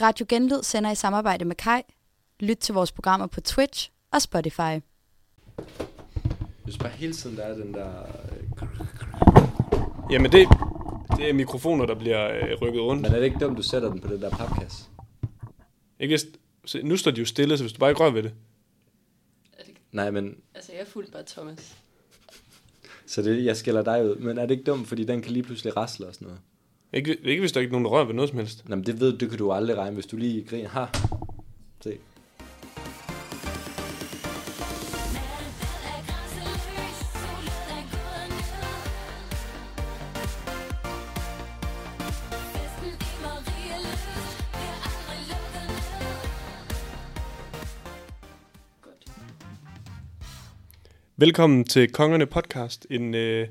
Radio Genlyd sender i samarbejde med Kai. Lyt til vores programmer på Twitch og Spotify. Jeg synes bare hele tiden, der er den der... øh, Jamen det, det er mikrofoner, der bliver øh, rykket rundt. Men er det ikke dumt, du sætter den på den der papkasse? Ikke, hvis- se, nu står de jo stille, så hvis du bare ikke rører ved det. Er det, Nej, men altså, jeg fulgte bare Thomas. så det, jeg skiller dig ud. Men er det ikke dumt, fordi den kan lige pludselig rasle og sådan noget? Ikke, ikke hvis der ikke er nogen, der rører ved noget som helst. Nå, men det ved du, det kan du aldrig regne, hvis du lige griner. Ha! Se. Godt. Velkommen til Kongerne Podcast, en øh,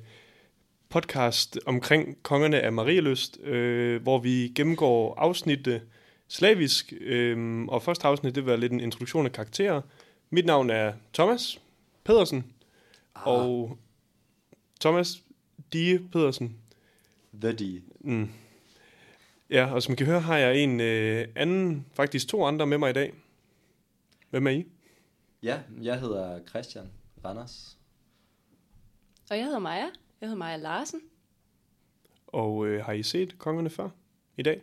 podcast omkring Kongerne af Marieløst, øh, hvor vi gennemgår afsnittet slavisk, øh, og første afsnit, det var lidt en introduktion af karakterer. Mit navn er Thomas Pedersen, ah. og Thomas Die Pedersen. The D. Mm. Ja, og som I kan høre, har jeg en øh, anden, faktisk to andre med mig i dag. Hvem er I? Ja, jeg hedder Christian Randers. Og jeg hedder Maja. Jeg hedder Maja Larsen. Og øh, har I set Kongerne før i dag?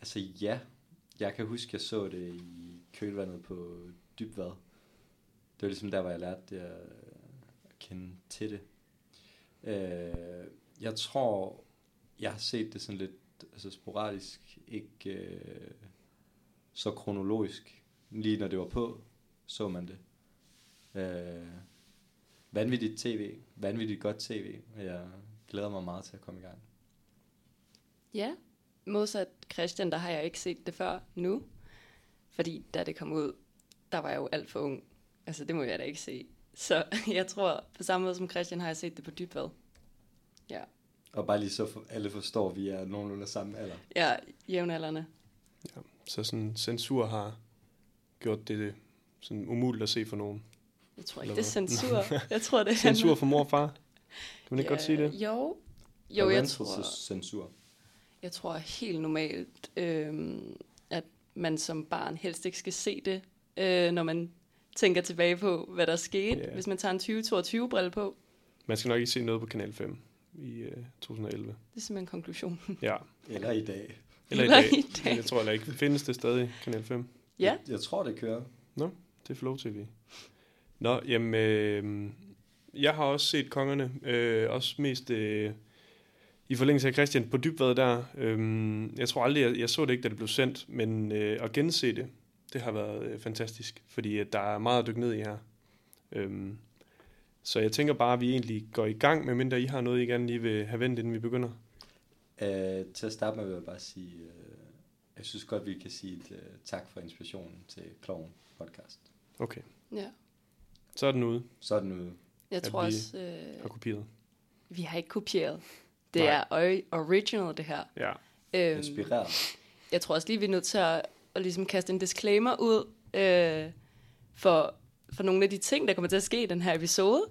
Altså ja, jeg kan huske, jeg så det i kølvandet på Dybvad. Det var ligesom der, hvor jeg lærte det at, at kende til det. Øh, jeg tror, jeg har set det sådan lidt altså sporadisk, ikke øh, så kronologisk. Lige når det var på, så man det. Øh, vanvittigt tv, vanvittigt godt tv, og jeg glæder mig meget til at komme i gang. Ja. Modsat Christian, der har jeg ikke set det før nu. Fordi da det kom ud, der var jeg jo alt for ung. Altså, det må jeg da ikke se. Så jeg tror, på samme måde som Christian, har jeg set det på dybvad. Ja. Og bare lige så for, alle forstår, at vi er nogenlunde samme alder. Ja, jævnaldrende. Så sådan censur har gjort det øh, sådan umuligt at se for nogen. Jeg tror ikke, Eller det er hvad? censur. Jeg tror, det er... Censur for mor og far. Kan man ikke ja. godt sige det? Jo. Jo, jeg tror... Censur. Jeg tror helt normalt, øh, at man som barn helst ikke skal se det, øh, når man tænker tilbage på, hvad der skete, Ja. yeah. hvis man tager en 2022-brille på. Man skal nok ikke se noget på Kanal 5 i øh, 2011. Det er simpelthen konklusionen. Ja, Eller i dag. eller i Eller dag. i dag. Jeg tror heller ikke. Findes det stadig, Kanal 5? Ja, Jeg, jeg tror, det kører. Det er Flow TV. Nå, jamen, øh, jeg har også set Kongerne, øh, også mest øh, i forlængelse af Christian på dybvad der. Øh, jeg tror aldrig, jeg, jeg så det ikke, da det blev sendt, men øh, at gense det, det har været øh, fantastisk, fordi at der er meget at dykke ned i her. Øh, så jeg tænker bare, at vi egentlig går i gang, medmindre I har noget, I gerne lige vil have vendt, inden vi begynder. Øh, til at starte med vil jeg bare sige, øh, jeg synes godt, vi kan sige et, øh, tak for inspirationen til Kloven podcast. Okay, ja. så er den ude Så er den ude. jeg At tror vi- også, øh, og kopieret. vi har ikke kopieret. Det Nej. er ori- original, det her. Ja, Øh, Inspireret. jeg tror også lige, vi er nødt til at, at ligesom kaste en disclaimer ud øh, for, for nogle af de ting, der kommer til at ske i den her episode.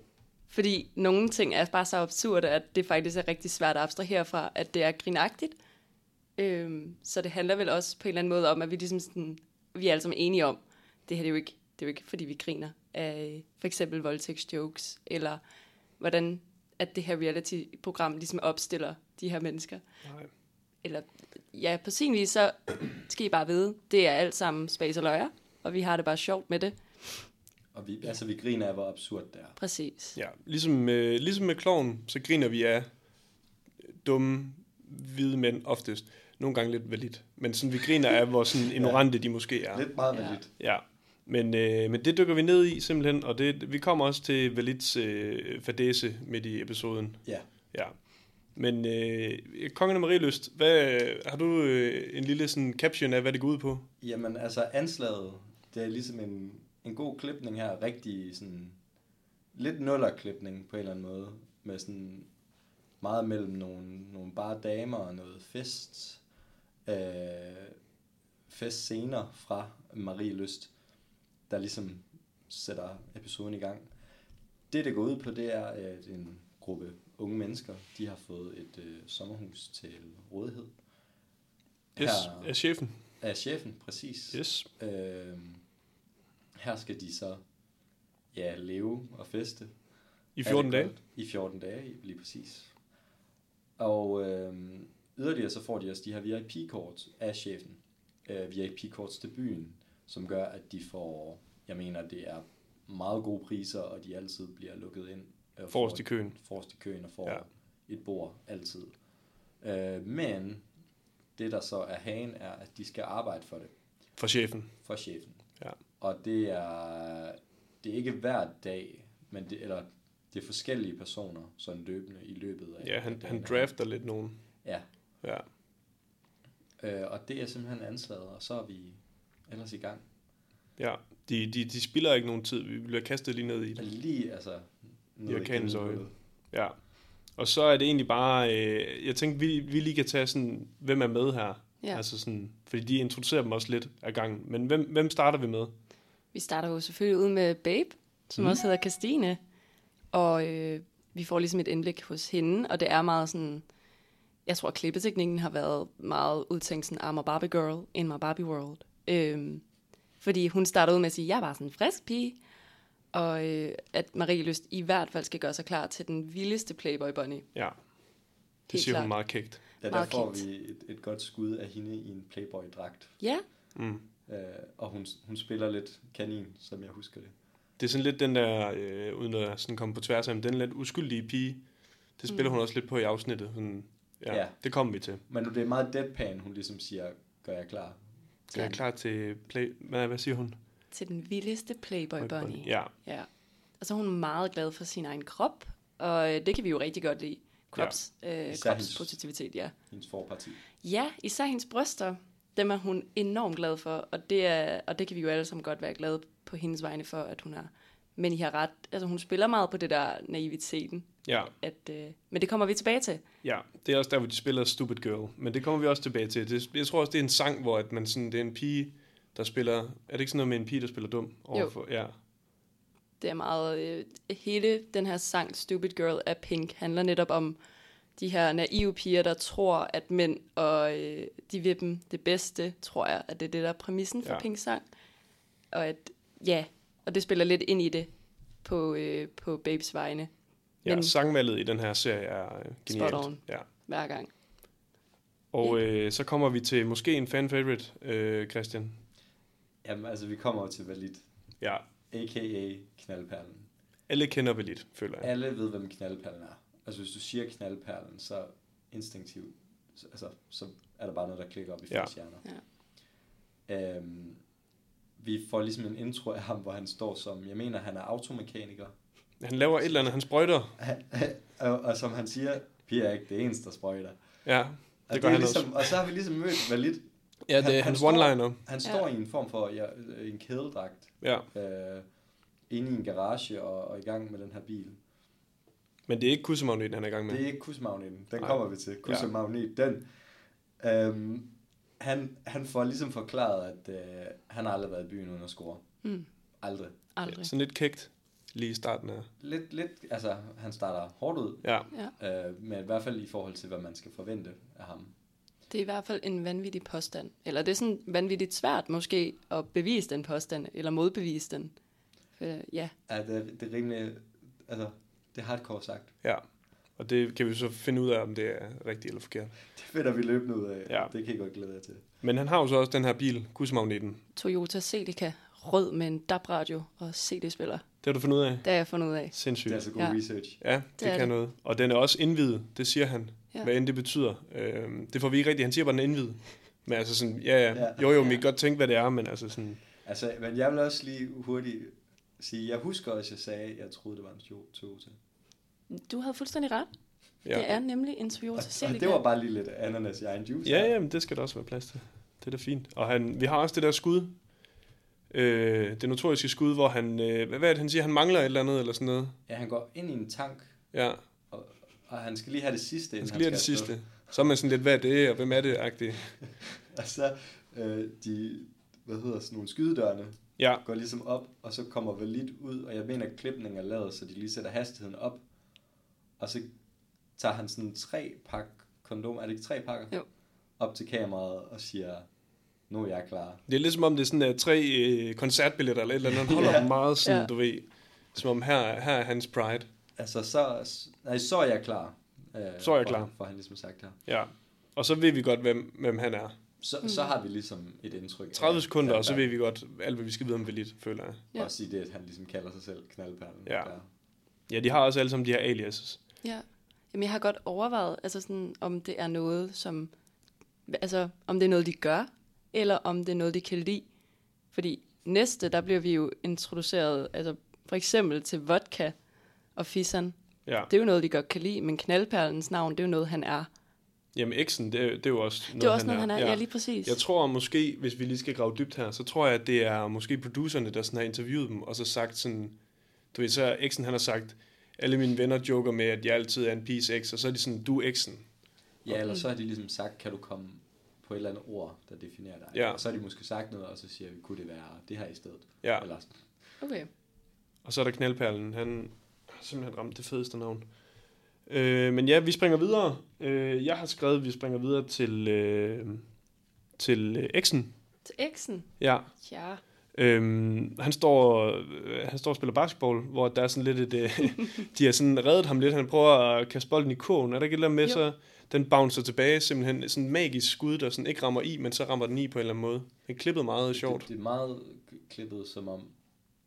Fordi nogle ting er bare så absurde, at det faktisk er rigtig svært at abstrahere fra, at det er grinagtigt. Øh, så det handler vel også på en eller anden måde om, at vi, ligesom sådan, vi er alle sammen enige om, det her det er, jo ikke, det er jo ikke, fordi vi griner af for eksempel voldtægtsjokes, eller hvordan at det her reality-program ligesom opstiller de her mennesker nej. eller ja, på sin vis, så skal I bare vide, det er alt sammen spas og løjer, og vi har det bare sjovt med det. Og vi, altså, vi griner af, hvor absurd det er. Præcis. Ja, ligesom, øh, ligesom med kloven, så griner vi af dumme, hvide mænd oftest. Nogle gange lidt validt. Men sådan, vi griner af, hvor sådan ignorante de måske er. Lidt meget Ja. med lidt. Ja. Men, øh, men det dykker vi ned i simpelthen, og det, vi kommer også til Valits øh, fadese midt i episoden. Ja. Ja. Men øh, Kongen af Marieløst, hvad, har du øh, en lille sådan caption af, hvad det går ud på? Jamen, altså anslaget, det er ligesom en, en god klipning her. Rigtig sådan, lidt nullerklipning på en eller anden måde. Med sådan meget mellem nogle, nogle bare damer og noget fest. Øh, fest scener fra Marie Lyst, der ligesom sætter episoden i gang. Det, det går ud på, det er, at en gruppe unge mennesker, de har fået et øh, sommerhus til rådighed. Yes, Her- er chefen. af chefen, præcis. Yes. Øhm, her skal de så ja, leve og feste. I Er 14 det dage. godt? I 14 dage, lige præcis. Og øhm, yderligere så får de også de her VIP-kort af chefen. Øh, VIP-kort til byen, som gør, at de får, jeg mener, det er meget gode priser, og de altid bliver lukket ind. Øh, Forrest får- i køen. Forrest i køen og får Ja. ja. et bord altid. Øh, men det, der så er hagen, er, at de skal arbejde for det For chefen. for chefen. Ja. Og det er, det er ikke hver dag, men det, eller det er forskellige personer, sådan løbende i løbet af. Ja, han, af han dagen. drafter lidt nogen. Ja, Ja. øh, og det er simpelthen anslaget, og så er vi ellers i gang. ja. De, de, de spiller ikke nogen tid. Vi bliver kastet lige ned i Og det. lige altså... ned orkanens igennem øje. hullet. Ja. Og så er det egentlig bare... Øh, jeg tænkte, vi, vi lige kan tage sådan... Hvem er med her? Ja. Altså sådan, fordi de introducerer dem også lidt af gangen. Men hvem, hvem starter vi med? Vi starter jo selvfølgelig ud med Babe, som mm. også hedder Christine. Og øh, vi får ligesom et indblik hos hende, og det er meget sådan... Jeg tror, at klippeteknikken har været meget udtænkt sådan, I'm a Barbie girl in my Barbie world. Øhm, fordi hun starter ud med at sige, jeg var sådan en frisk pige. Og øh, at Marie Lyst i hvert fald skal gøre sig klar til den vildeste Playboy Bunny. Ja. Det Helt siger klart. hun meget kægt. Ja, der Meget får kendt. vi et, et godt skud af hende i en Playboy-dragt. Ja, Mm. Øh, og hun, hun spiller lidt kanin, som jeg husker det. Det er sådan lidt den der, øh, uden at sådan komme på tværs af, men den lidt uskyldige pige, det spiller mm. hun også lidt på i afsnittet. Sådan, ja, ja. Ja. Det kommer vi til. Men nu det er meget deadpan, hun ligesom siger, gør jeg klar. Det er Ja. klar til play... Hvad, hvad siger hun? til den vildeste Playboy Bunny. Ja, Ja. Og så er hun meget glad for sin egen krop, og øh, det kan vi jo rigtig godt lide. Krops, ja. øh, Især hendes- kropspositivitet, ja. Hendes forparti. Ja, især hendes bryster, dem er hun enormt glad for, og det, er, og det kan vi jo alle sammen godt være glade på hendes vegne for, at hun har. Men I har ret, altså hun spiller meget på det der naiviteten, ja, at, øh, men det kommer vi tilbage til. ja. Det er også der, hvor de spiller Stupid Girl. Men det kommer vi også tilbage til. Det, jeg tror også, det er en sang, hvor at man sådan, det er en pige, der spiller... Er det ikke sådan noget med en pige, der spiller dum? Overfor? Ja. Det er meget, øh, hele den her sang Stupid Girl af Pink handler netop om de her naive piger, der tror, at mænd og øh, de vil dem det bedste, tror jeg, at det er det, der er præmissen for Ja. ja. Pinks sang. Og at, ja, og det spiller lidt ind i det på, øh, på Babes vegne Ja, Men- sangvalget i den her serie er øh, genialt. on. Ja. hver gang. Og øh, så kommer vi til måske en fan favorite, øh, Christian. Jamen, altså, vi kommer jo til Valit, Ja, a.k.a. Knaldperlen. alle kender vel lidt, føler jeg. Alle ved, hvem knaldperlen er. Altså, hvis du siger knaldperlen, så instinktivt, så, altså, så er der bare noget, der klikker op i Ja. folks hjerner. Ja. Øhm, vi får ligesom en intro af ham, hvor han står som, jeg mener, han er automekaniker. Han laver et eller andet, han sprøjter. og, og som han siger, Pia er ikke det eneste, der sprøjter. Ja, Og, det gør han ligesom, også. og så har vi ligesom mødt Valit. Ja, det er han- hans han står- one-liner. Han Ja. står i en form for ja, øh, en kædedragt. Ja, øh, inde i en garage og, og i gang med den her bil. men det er ikke kussemagneten, han er i gang med. Det er ikke kusmagneten, den Nej. kommer vi til. Kusmagnet, den. Øhm, han, han får ligesom forklaret, at øh, han har aldrig været i byen uden at score. Mm. Aldrig. Aldrig. Sådan lidt kægt lige i starten af. Lidt, lidt, altså han starter hårdt ud, Ja, øh, men i hvert fald i forhold til, hvad man skal forvente af ham. Det er i hvert fald en vanvittig påstand. Eller det er sådan vanvittigt svært måske at bevise den påstand, eller modbevise den. Øh, ja, Ja, det, er- det er rimelig, altså det er hardcore sagt. ja. Og det kan vi så finde ud af, om det er rigtigt eller forkert. Det finder vi løbende ud af. Ja. Det kan I godt glæde jer til. Men han har jo så også den her bil, kussemagneten. Toyota Celica, rød med en DAB-radio og CD-spiller. Det har du fundet ud af. Det har jeg fundet ud af. Det Sindssygt. er altså god Ja. research. Ja, det, det kan er det. det. noget. Og den er også indvidet, det siger han. Ja. Ja. Hvad end det betyder. Øhm, det får vi ikke rigtigt. Han siger bare, den er indvidet. Men altså sådan, ja, ja. Ja. Jo, jo, men vi kan godt tænke, hvad det er, men altså sådan, Altså, men jeg vil også lige hurtigt sige, jeg husker også, jeg sagde, at jeg troede, det var en jo- Toyota. Du havde fuldstændig ret. Ja. Det er nemlig en Og, Toyota og Celica. Ah, det var bare lige lidt ananas i egen juice. Ja, ja, men det skal der også være plads til. Det er da fint. Og han, vi har også det der skud, øh, det notoriske skud, hvor han, øh, hvad hvad er det, han siger, han mangler et eller andet, eller sådan noget. ja, han går ind i en tank, Ja, og, og han skal lige have det sidste. han inden skal lige have det afsted. sidste. Så er man sådan lidt, hvad er det, og hvem er det, agtig. Og så øh, de, hvad hedder sådan nogle skydedørene, Ja, går ligesom op, og så kommer Valit ud, og jeg mener, at klipningen er lavet, så de lige sætter hastigheden op. Og så tager han sådan tre pakke kondom. Er det ikke tre pakker? Jo. op til kameraet og siger, nu er jeg klar. Det er lidt som om, det er sådan uh, tre øh, koncertbilletter eller et eller andet. Han holder Ja. yeah. meget sådan, Ja. yeah. du ved. Som om her, her er hans pride. Altså, så, nej, så er jeg klar. Øh, Så er jeg for- klar. For han ligesom sagt her. Ja. Og så ved vi godt, hvem, hvem han er. Så, mm. så har vi ligesom et indtryk. af 30 sekunder, og så ved knaldperlen. vi godt alt, hvad vi skal vide om Belit, føler jeg. Ja. Også i det, at han ligesom kalder sig selv knaldperlen. Ja. Der. Ja, de har også alle sammen de her aliases. Ja. Jamen, jeg har godt overvejet, altså sådan, om det er noget, som... Altså, om det er noget, de gør, eller om det er noget, de kan lide. Fordi næste, der bliver vi jo introduceret, altså for eksempel til vodka og fisseren. Ja. Det er jo noget, de godt kan lide, men knaldperlens navn, det er jo noget, han er. Jamen, eksen, det, er- det er jo også noget, Det er også noget, han er. Ja, lige præcis. Jeg tror måske, hvis vi lige skal grave dybt her, så tror jeg, at det er måske producerne, der sådan har interviewet dem, og så sagt sådan, du ved, så er Exen, han har sagt, alle mine venner joker med, at jeg altid er en piece X, og så er de sådan, du er Exen. Ja, eller så har de ligesom sagt, kan du komme på et eller andet ord, der definerer dig. Ja. Og så har de måske sagt noget, og så siger vi, kunne det være det her i stedet? Ja. Eller sådan. Okay. Og så er der knaldperlen, han har simpelthen ramt det fedeste navn. Øh, men ja, vi springer videre. Øh, jeg har skrevet, at vi springer videre til, øh, til øh, Exen. Til eksen. Ja, Ja. Øhm, han, står, øh, han står og spiller basketball, hvor der er sådan lidt et, øh, de har sådan reddet ham lidt, han prøver at kaste bolden i kurven, er der ikke et eller andet med, Jo. så den bouncer tilbage, simpelthen sådan et magisk skud, der sådan ikke rammer i, men så rammer den i på en eller anden måde. Han klippede meget sjovt, Det, det er meget klippet, som om...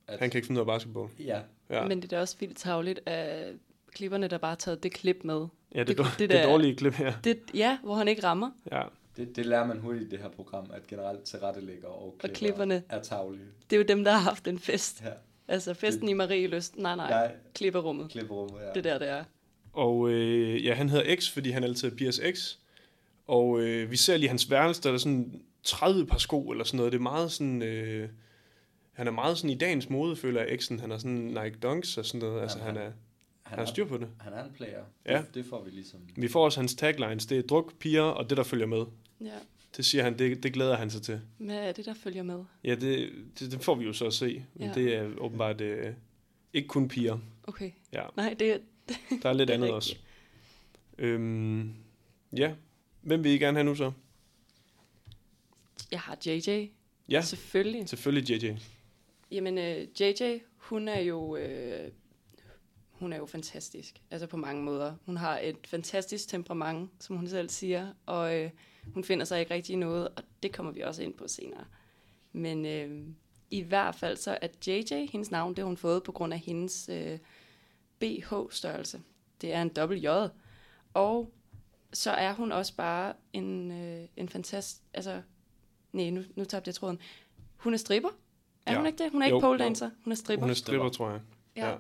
At, han kan ikke finde ud af basketball. Ja, Ja, Men det er da også vildt tavligt af klipperne, der bare har taget det klip med. ja det, det- det, det, det det der- dårlige klip her. Det, ja, hvor han ikke rammer. Ja. det, det lærer man hurtigt i det her program, at generelt tilrettelægger og, klipper klipperne. er tavlige. Det er jo dem, der har haft en fest. Ja, Altså festen i Marie Lyst. Nej, nej. Nej. Klipperummet. klipperummet, ja. Det er der, det er. Og øh, ja, han hedder X, fordi han altid er Piers X. Og øh, vi ser lige hans værelse, der er der sådan 30 par sko eller sådan noget. Det er meget sådan... Øh, han er meget sådan i dagens mode, føler jeg, X'en. Han er sådan Nike Dunks og sådan noget. Altså, Jamen, han er, han, han er styr på det. han er en player. Ja. Det, det får vi ligesom... Vi får også hans taglines. Det er druk, piger og det, der følger med. Ja. Det siger han, det, det glæder han sig til. Hvad er det, der følger med? Ja, det, det, det får vi jo så at se. Men Ja. ja. det er åbenbart øh, ikke kun piger. Okay. Ja. Nej, det er... Der er lidt Det er andet også. rigtigt. Øhm, ja. Hvem vil I gerne have nu så? Jeg har JJ. Ja, Selvfølgelig. selvfølgelig JJ. Jamen, øh, JJ, hun er jo... Øh, hun er jo fantastisk, altså på mange måder. Hun har et fantastisk temperament, som hun selv siger, og øh, hun finder sig ikke rigtig i noget, og det kommer vi også ind på senere. Men øh, i hvert fald så er JJ, hendes navn, det har hun fået på grund af hendes øh, BH-størrelse. Det er en dobbelt J. Og så er hun også bare en, øh, en fantastisk... Altså, nej, nu, nu tabte jeg tråden. Hun er stripper. Ja. Er ja. hun ikke det? Hun er Jo, ikke pole jo. dancer. Hun er stripper. Hun er stripper, tror jeg. Ja.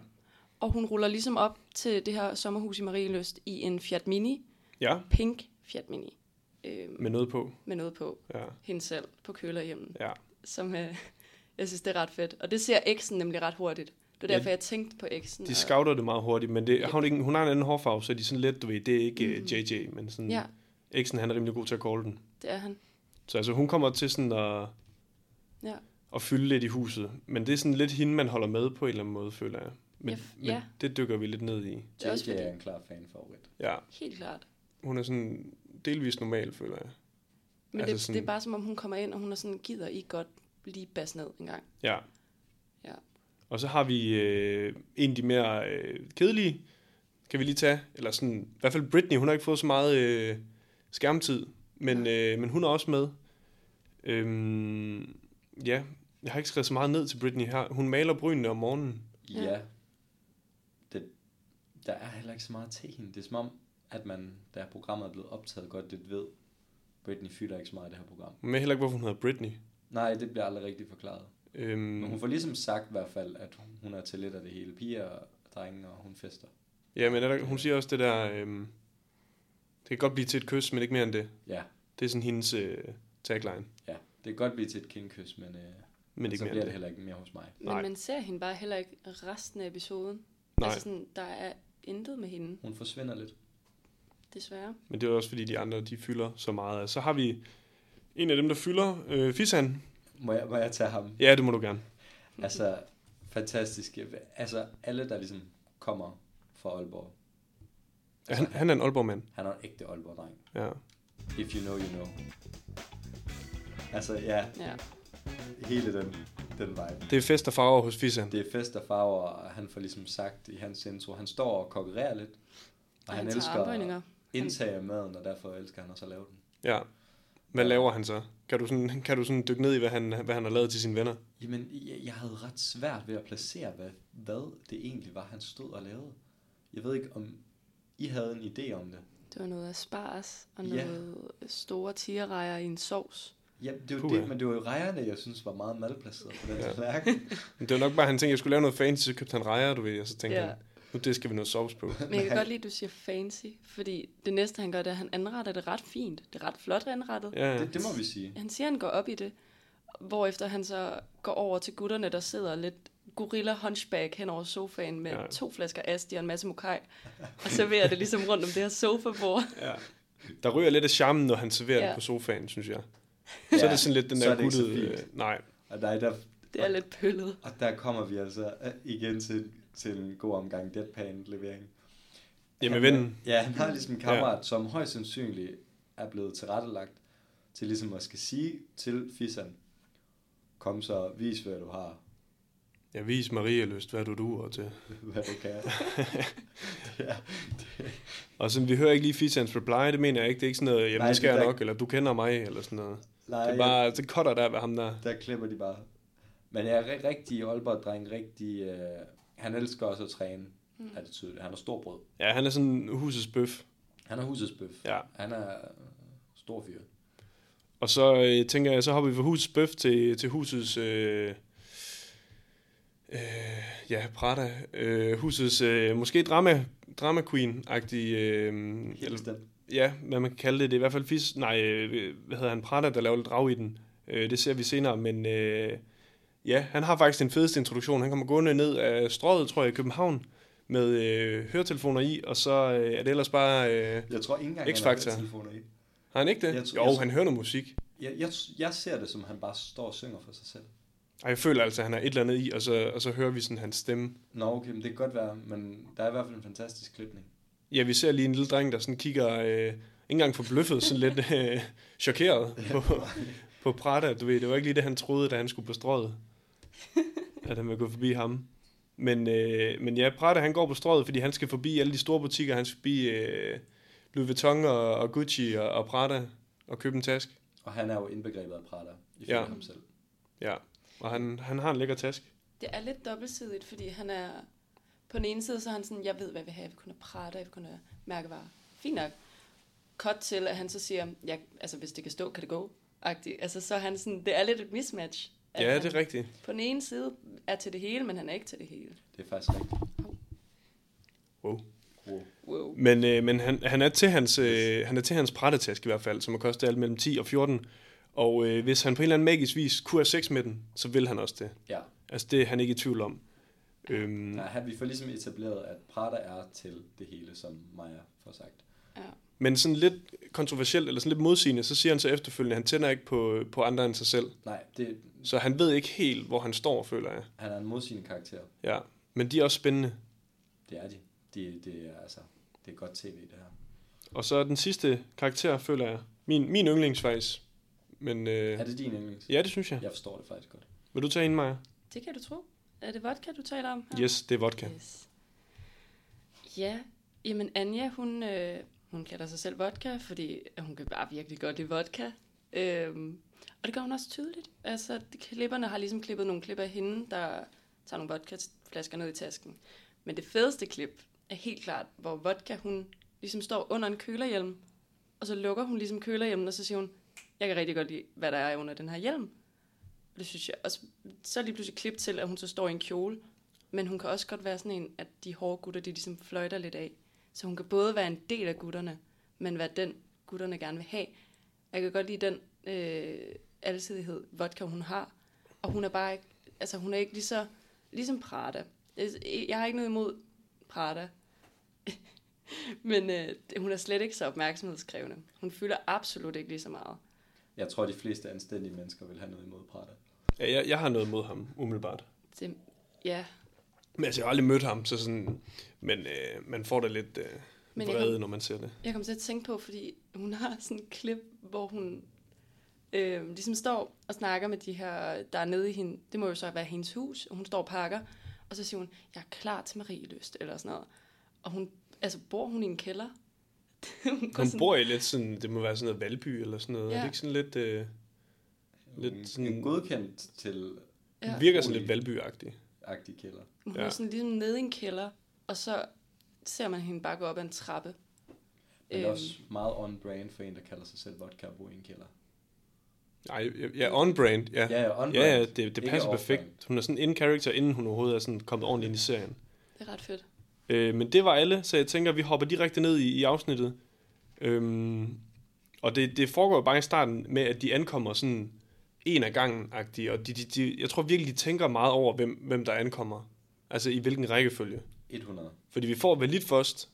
Og hun ruller ligesom op til det her sommerhus i Marieløst i en Fiat Mini, Ja, pink Fiat Mini, øhm, med noget på. med noget på Ja, hende selv på kølerhjemmen, ja. som øh, jeg synes, det er ret fedt. Og det ser eksen nemlig ret hurtigt. Det var Ja, derfor, jeg tænkte på eksen. De og- scouter det meget hurtigt, men det, har hun, ikke, hun har en anden hårfarve, så de er sådan lidt, du ved, det er ikke mm. JJ, men sådan, Ja, X'en, han er rimelig god til at call den. det er han. Så altså, hun kommer til sådan at, Ja. at fylde lidt i huset, men det er sådan lidt hende, man holder med på en eller anden måde, føler jeg. Men, Ja, f- ja. men det dykker vi lidt ned i. Det er også JJ er fordi- en klar fanfavorit. Ja, Helt klart. hun er sådan delvis normal, føler jeg. Men Altså altså det, sådan- det er bare som om, hun kommer ind, og hun er sådan, gider I godt lige bas ned en gang? Ja. Ja. Og så har vi øh, en af de mere øh, kedelige, kan vi lige tage, eller sådan, i hvert fald Britney, hun har ikke fået så meget øh, skærmtid, men, øh, men hun er også med. Øhm, ja, jeg har ikke skrevet så meget ned til Britney her. Hun maler brynene om morgenen. Ja. Ja. ja. Det, der er heller ikke så meget til hende. Det er som om, at man, da programmet er blevet optaget godt, lidt ved, Britney fylder ikke så meget i det her program. Men heller ikke, hvorfor hun hedder Britney. Nej, det bliver aldrig rigtig forklaret. Men Øhm, hun får ligesom sagt i hvert fald, at hun er til lidt af det hele. Piger og drenge, og hun fester. ja, men er der, hun siger også det der, øhm, det kan godt blive til et kys, men ikke mere end det. Ja, Det er sådan hendes øh, tagline. ja. Det kan godt blive til et kindkys, men, øh, Men ikke så bliver mere end det det. heller ikke mere hos mig. Men Nej. man ser hende bare heller ikke resten af episoden. Nej, Altså sådan, der er intet med hende, Hun forsvinder lidt. desværre. Men det er også fordi, de andre de fylder så meget. Så har vi en af dem, der fylder, øh, Fisan. Må jeg, må jeg tage ham? Ja, det må du gerne. Altså, fantastisk. Altså, alle, der ligesom kommer fra Aalborg. Han, han er en Aalborg-mand. Han er en ægte Aalborg-dreng. Ja. If you know, you know. Altså, ja, Ja. hele den, den vibe. Det er fest og farver hos Fisan. Det er fest og farver, og han får ligesom sagt i hans intro, han står og konkurrerer lidt, og han, tager elsker at armbøjninger. indtage maden, og derfor elsker han også at lave den. Ja. Hvad laver han så? Kan du sådan, kan du sådan dykke ned i, hvad han, hvad han har lavet til sine venner? Jamen, jeg, jeg havde ret svært ved at placere, hvad, hvad det egentlig var, han stod og lavede. Jeg ved ikke, om I havde en idé om det. Det var noget af spars og Ja. noget store tigerrejer i en sovs. Ja, det var Puh, det, ja. men det var jo rejerne, jeg synes var meget malplaceret på den ja. tallerken. Men Det var nok bare, han tænkte, jeg skulle lave noget fancy, så købte han rejer, du ved, og så tænkte Ja. ja. han, nu det skal vi noget sovs på. Men jeg kan godt lide, at du siger fancy, fordi det næste, han gør, det er, at han anretter det ret fint. Det er ret flot anrettet. Ja, Det, det må vi sige. Han siger, at han går op i det, hvorefter han så går over til gutterne, der sidder lidt gorilla hunchback hen over sofaen med Ja. ja. to flasker asti og en masse mokai, og serverer det ligesom rundt om det her sofabord. ja. Der ryger lidt af charmen, når han serverer ja. Ja. det på sofaen, synes jeg. Så er det sådan lidt den der guttede... guttede... øh, Nej, Og nej, der, Det er lidt pøllet. Og der kommer vi altså øh, igen til, til en god omgang deadpan-levering. jamen Han- vennen. Ja, han har ligesom en kammerat, ja. som højst sandsynligt er blevet tilrettelagt til ligesom at skal sige til Fisan, kom så, vis hvad du har, Ja, vis Maria lyst, hvad du duer til. hvad du kan. ja, det, Og sådan, vi hører ikke lige Fisans reply, det mener jeg ikke. Det er ikke sådan noget, jamen Nej, Nej, det skal det er jeg der nok, eller du kender mig, eller sådan noget. nej, det er bare, det cutter der ved ham der. der klipper de bare. Men jeg er ri- rigtig Aalborg-dreng, rigtig... Øh, han elsker også at træne, mm. er det tydeligt. Han er stor brød. Ja, han er sådan husets bøf. Han er husets bøf. Ja. Han er øh, stor fyr. Og så øh, tænker jeg, så hopper vi fra husets bøf til, til husets... Øh, øh, ja, Prada. Øh, husets øh, måske drama, drama queen-agtig... Øh, Helt eller, bestemt. ja, hvad man kan kalde det. Det er i hvert fald fis... Nej, øh, hvad hedder han? Prada, der laver lidt drag i den. Øh, det ser vi senere, men... Øh, ja, han har faktisk den fedeste introduktion. Han kommer gående ned af strøget, tror jeg, i København med øh, høretelefoner i, og så øh, er det ellers bare... Øh, Jeg tror ikke engang, X-Factor. han har i. har han ikke det? Jeg tror- jo, jeg- han hører noget musik. Jeg, jeg, jeg ser det som, han bare står og synger for sig selv. Og jeg føler altså, at han er et eller andet i, og så, og så hører vi sådan hans stemme. Nå, okay, men det kan godt være, men der er i hvert fald en fantastisk klipning. Ja, vi ser lige en lille dreng, der sådan kigger, øh, ikke engang forbløffet, sådan lidt øh, chokeret på, på Prada. Du ved, det var ikke lige det, han troede, da han skulle på strøget, at han ville gå forbi ham. Men, øh, men ja, Prada han går på strøget, fordi han skal forbi alle de store butikker. Han skal forbi øh, Louis Vuitton og, og Gucci og, og Prada og købe en task. Og han er jo indbegrebet af Prada, ifølge Ja. ja. ham selv. Ja, og han, han har en lækker task. Det er lidt dobbeltsidigt, fordi han er... På den ene side, så er han sådan, jeg ved, hvad jeg vil have. Jeg vil kunne have Prada, jeg vil kunne have mærkevarer. Fint nok. Kort til, at han så siger, jeg, altså hvis det kan stå, kan det gå. -agtigt. Altså så er han sådan, det er lidt et mismatch. at Ja, han det er rigtigt. På den ene side er til det hele, men han er ikke til det hele. Det er faktisk rigtigt. Wow. Wow. Wow. Men, øh, men han, han, er til hans, øh, han er til hans prættetask i hvert fald, som har kostet alt mellem 10 og 14. Og øh, hvis han på en eller anden magisk vis kunne have sex med den, så vil han også det. Ja, Altså det er han ikke i tvivl om. Øhm, Nej, han, vi får ligesom etableret, at Prada er til det hele, som Maja får sagt. Ja. men sådan lidt kontroversielt, eller sådan lidt modsigende, så siger han så efterfølgende, at han tænder ikke på, på andre end sig selv. Nej, det, Så han ved ikke helt, hvor han står, føler jeg. han er en modsigende karakter. Ja. Men de er også spændende. Det er de. Det, det, er, altså, det er godt tv, det her. Og så den sidste karakter, føler jeg. Min, min yndlingsfejs. Men øh, Er det din yndlings? ja, det synes jeg. Jeg forstår det faktisk godt. Vil du tage en, Maja? Det kan du tro. Er det vodka, du taler om? her? Yes, det er vodka. Yes. Ja, jamen Anja, hun, øh, hun kalder sig selv vodka, fordi hun kan bare virkelig godt lide vodka. Øhm, og det gør hun også tydeligt. Altså, de klipperne har ligesom klippet nogle klip af hende, der tager nogle vodkaflasker ned i tasken. Men det fedeste klip er helt klart, hvor vodka, hun ligesom står under en kølerhjelm, og så lukker hun ligesom kølerhjelmen, og så siger hun, jeg kan rigtig godt lide, hvad der er under den her hjelm. Og det synes jeg. Og så, så er lige pludselig klip til, at hun så står i en kjole, men hun kan også godt være sådan en, at de hårde gutter, de ligesom fløjter lidt af. Så hun kan både være en del af gutterne, men være den, gutterne gerne vil have. Og Jeg kan godt lide den øh, alsidighed, vodka hun har. Og hun er bare ikke, altså hun er ikke lige så, ligesom Prada. Jeg- Jeg har ikke noget imod Prada. men øh, hun er slet ikke så opmærksomhedskrævende. Hun fylder absolut ikke lige så meget. Jeg tror, de fleste anstændige mennesker vil have noget imod Prada. Ja, jeg, jeg har noget mod ham, umiddelbart. Det, ja, Men altså, jeg har aldrig mødt ham, så sådan, men øh, man får da lidt øh, Men men jeg vrede, kan- når man ser det. Jeg kom til at tænke på, fordi hun har sådan et klip, hvor hun øh, ligesom står og snakker med de her, der er nede i hende. Det må jo så være hendes hus, og hun står og pakker. Og så siger hun, jeg er klar til Marie Løst, eller sådan noget. Og hun, altså bor hun i en kælder? hun går Hun bor i lidt sådan, det må være sådan noget Valby eller sådan noget. Ja. Er Ja. det ikke sådan lidt, øh, Lidt Lidt sådan... sådan- En godkendt til Ja. virker sådan lidt Rolig. valby -agtig. agtig kælder. Hun Ja. er sådan ligesom nede i en kælder, og så ser man hende bare gå op ad en trappe. Men Øhm. også meget on-brand for en, der kalder sig selv vodka og bor i en kælder. Nej, ja, on-brand, ja. Ja, ja, on-brand. Ja, ja, det, det Ikke passer off-brand. perfekt. Hun er sådan in-character, inden hun overhovedet er sådan kommet ordentligt ind i serien. Det er ret fedt. Øh, men det var alle, så jeg tænker, vi hopper direkte ned i, i afsnittet. Øhm, og det, det foregår jo bare i starten med, at de ankommer sådan en af gangen -agtige, og de, de, de, jeg tror virkelig, de tænker meget over, hvem, hvem der ankommer. Altså i hvilken rækkefølge. 100. Fordi vi får Valit først,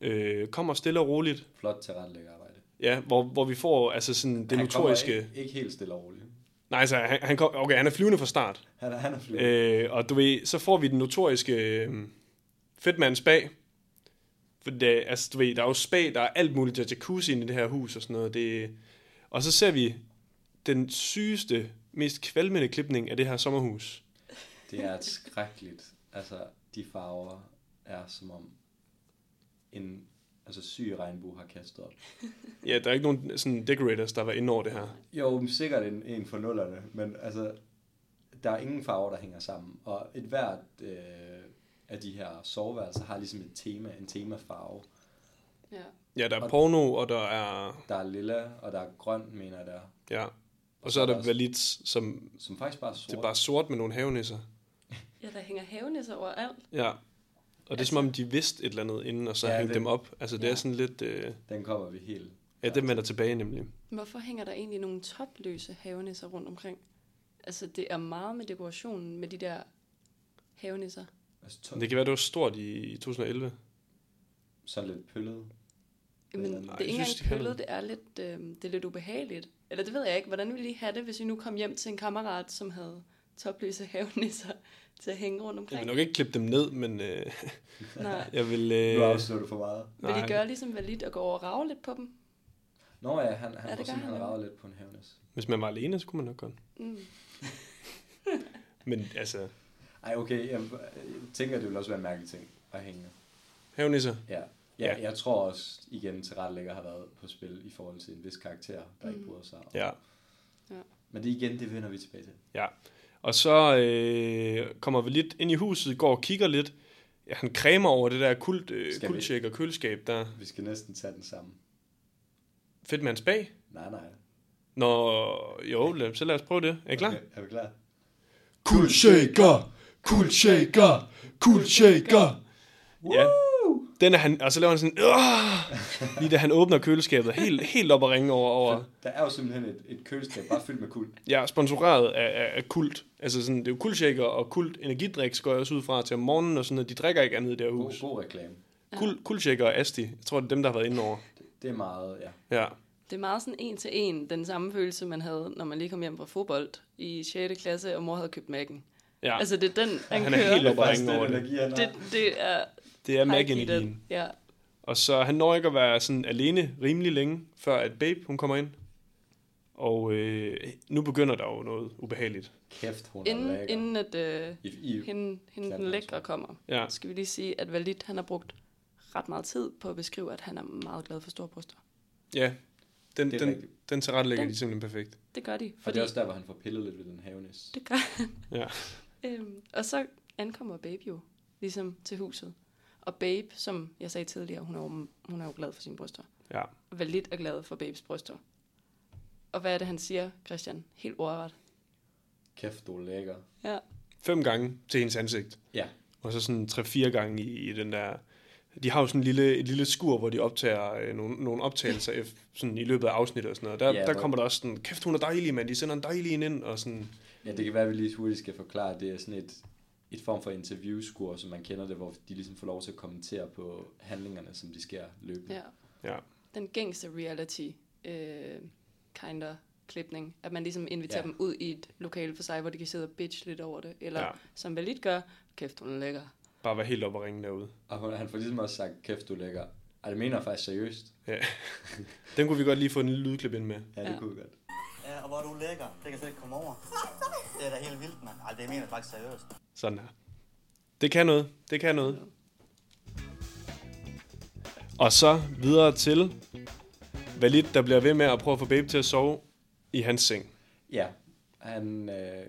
øh, kommer stille og roligt, Flot til ret arbejde. ja, hvor, hvor vi får altså sådan det Han kommer notoriske... Ikke, ikke helt stille og roligt. Nej, altså, han, han, kom, okay, han er flyvende fra start. Han er, han er flyvende. Øh, og du ved, så får vi den notoriske øh, fedtmands bag. For det, altså, du ved, der er jo spa, der er alt muligt, der er jacuzzi inde i det her hus og sådan noget. Det, og så ser vi den sygeste, mest kvalmende klipning af det her sommerhus. Det er et skrækkeligt. Altså, de farver er som om en altså, syg regnbue har kastet op. Ja, der er ikke nogen sådan decorators, der var inde over det her. Jo, men sikkert en, en for nullerne, men altså, der er ingen farver, der hænger sammen. Og et hvert øh, af de her soveværelser har ligesom et tema, en temafarve. Ja. Ja, der er porno, og der er... Der er lilla, og der er grøn, mener jeg, der er, Ja. Og så er der Valits, som som faktisk bare er sort. det er bare sort med nogle havenisser. ja, der hænger havenisser overalt. Ja. Og det er som om, de vidste et eller andet inden, og så ja, Ja, hængte det- dem op. Altså, det ja. er sådan lidt... Øh, Den kommer vi helt. ja, det vender tilbage nemlig. Hvorfor hænger der egentlig nogle topløse havenisser rundt omkring? Altså, det er meget med dekorationen med de der havenisser. Altså, Men to, Det kan være, det var stort i i 2011. sådan lidt pøllet. Men Eller det nej, er jeg ikke synes, engang de kan. pøllet, det er, lidt, øh, det er lidt ubehageligt. Eller det ved jeg ikke. Hvordan ville I have det, hvis I nu kom hjem til en kammerat, som havde topløse havenisser til at hænge rundt Jeg omkring? vil nok ikke klippe dem ned, men øh, Nej. jeg vil... Nu Øh, afslører du for meget. Vil Nej. de gøre ligesom valid og gå over og rave lidt på dem? Nå ja, han, Ja, han får det gør simpelthen han. ravet lidt på en havnes. hvis man var alene, så kunne man nok godt. Mm. Men altså, Ej, okay, jeg, jeg tænker, det vil også være en mærkelig ting at hænge. havnisser. Ja. Ja, jeg tror også, igen, tilrettelægger har været på spil i forhold til en vis karakter, der Mm. ikke bryder sig. om. Ja. Men det igen, det vender vi tilbage til. Og så øh, kommer vi lidt ind i huset, går og kigger lidt. Ja, han kræmer over det der kult, øh, Skal vi- kultjek og køleskab, der Vi skal næsten tage den sammen. fedt mands bag. Nej, nej. Nå, jo, lad, så lad os prøve det. Er I klar? Okay. Okay, er vi klar? Kultshaker! Kultshaker! Kultshaker! Ja. Den er han, og så laver han sådan, "Åh!" lige da han åbner køleskabet, helt, helt op og ringe over, over. Der er jo simpelthen et, et køleskab bare fyldt med kul. Ja, sponsoreret af, af, af kult. Altså sådan, det er jo kultshaker og kult energidrik, går jeg også ud fra til om morgenen, og sådan noget. De drikker ikke andet i det her God, hus. god reklame. Kul, kultshaker og Asti, jeg tror, det er dem, der har været inde over. Det, det er meget, ja. Ja. Det er meget sådan en til en, den samme følelse, man havde, når man lige kom hjem fra fodbold i 6. klasse, og mor havde købt Mac'en. ja. Ja. Altså, det er den, han, Han han er kører. helt Det er oppe og faktisk ringe over den det. energi, han har. det, det er... Det er high key, Maggie den. Ja. Og så han når ikke at være sådan alene rimelig længe, før at Babe, hun kommer ind. Og øh, nu begynder der jo noget ubehageligt. Kæft, hun er Inden, lækker. inden at øh, I, I, hende, hende den Klart, lækre kommer, Ja. skal vi lige sige, at Valit, han har brugt ret meget tid på at beskrive, at han er meget glad for store bryster. Ja, den, Det er den, rigtigt. den tilrettelægger Den- de simpelthen perfekt. Det gør de, og fordi det er det, også der, hvor han får pillet lidt ved den havnes. det gør Ja. Øhm, og så ankommer Babe jo ligesom til huset. Og Babe, som jeg sagde tidligere, hun er jo, hun er jo glad for sine bryster. Ja. Og var lidt er glad for Babes bryster. Og hvad er det, han siger, Christian? Helt ordret. Kæft, du er lækker. Ja. Fem gange til hendes ansigt. Ja, Og så sådan tre-fire gange i, i den der... De har jo sådan en lille, et lille skur, hvor de optager øh, nogle, nogle optagelser ef- sådan i løbet af afsnittet og sådan noget. Der, Ja, der hvor- kommer der også sådan, kæft hun er dejlig, mand, de sender en dejlig en ind, og sådan, Ja, det kan være, at vi lige hurtigt skal forklare, at det er sådan et, et form for interviewskur, som man kender det, hvor de ligesom får lov til at kommentere på handlingerne, som de sker løbende. ja. ja, Den gængse reality øh, kinder klipning. At man ligesom inviterer Ja. ja. dem ud i et lokale for sig, hvor de kan sidde og bitch lidt over det. Eller Ja. ja. som Valit gør, kæft hun er lækker. bare være helt oppe og ringe derude. Og hun- han får ligesom også sagt, kæft du er lækker, Ej, det mener jeg faktisk seriøst. Den kunne vi godt lige få en lille lydklip ind med. Ja, det Ja. ja. kunne vi godt. Ja, og hvor er du lækker. Det kan jeg slet ikke komme over. Det er da helt vildt, mand. Ej, det mener jeg faktisk seriøst. Sådan her. Det kan noget. Det kan noget. Og så videre til Valit, der bliver ved med at prøve at få baby til at sove i hans seng. Ja, han øh,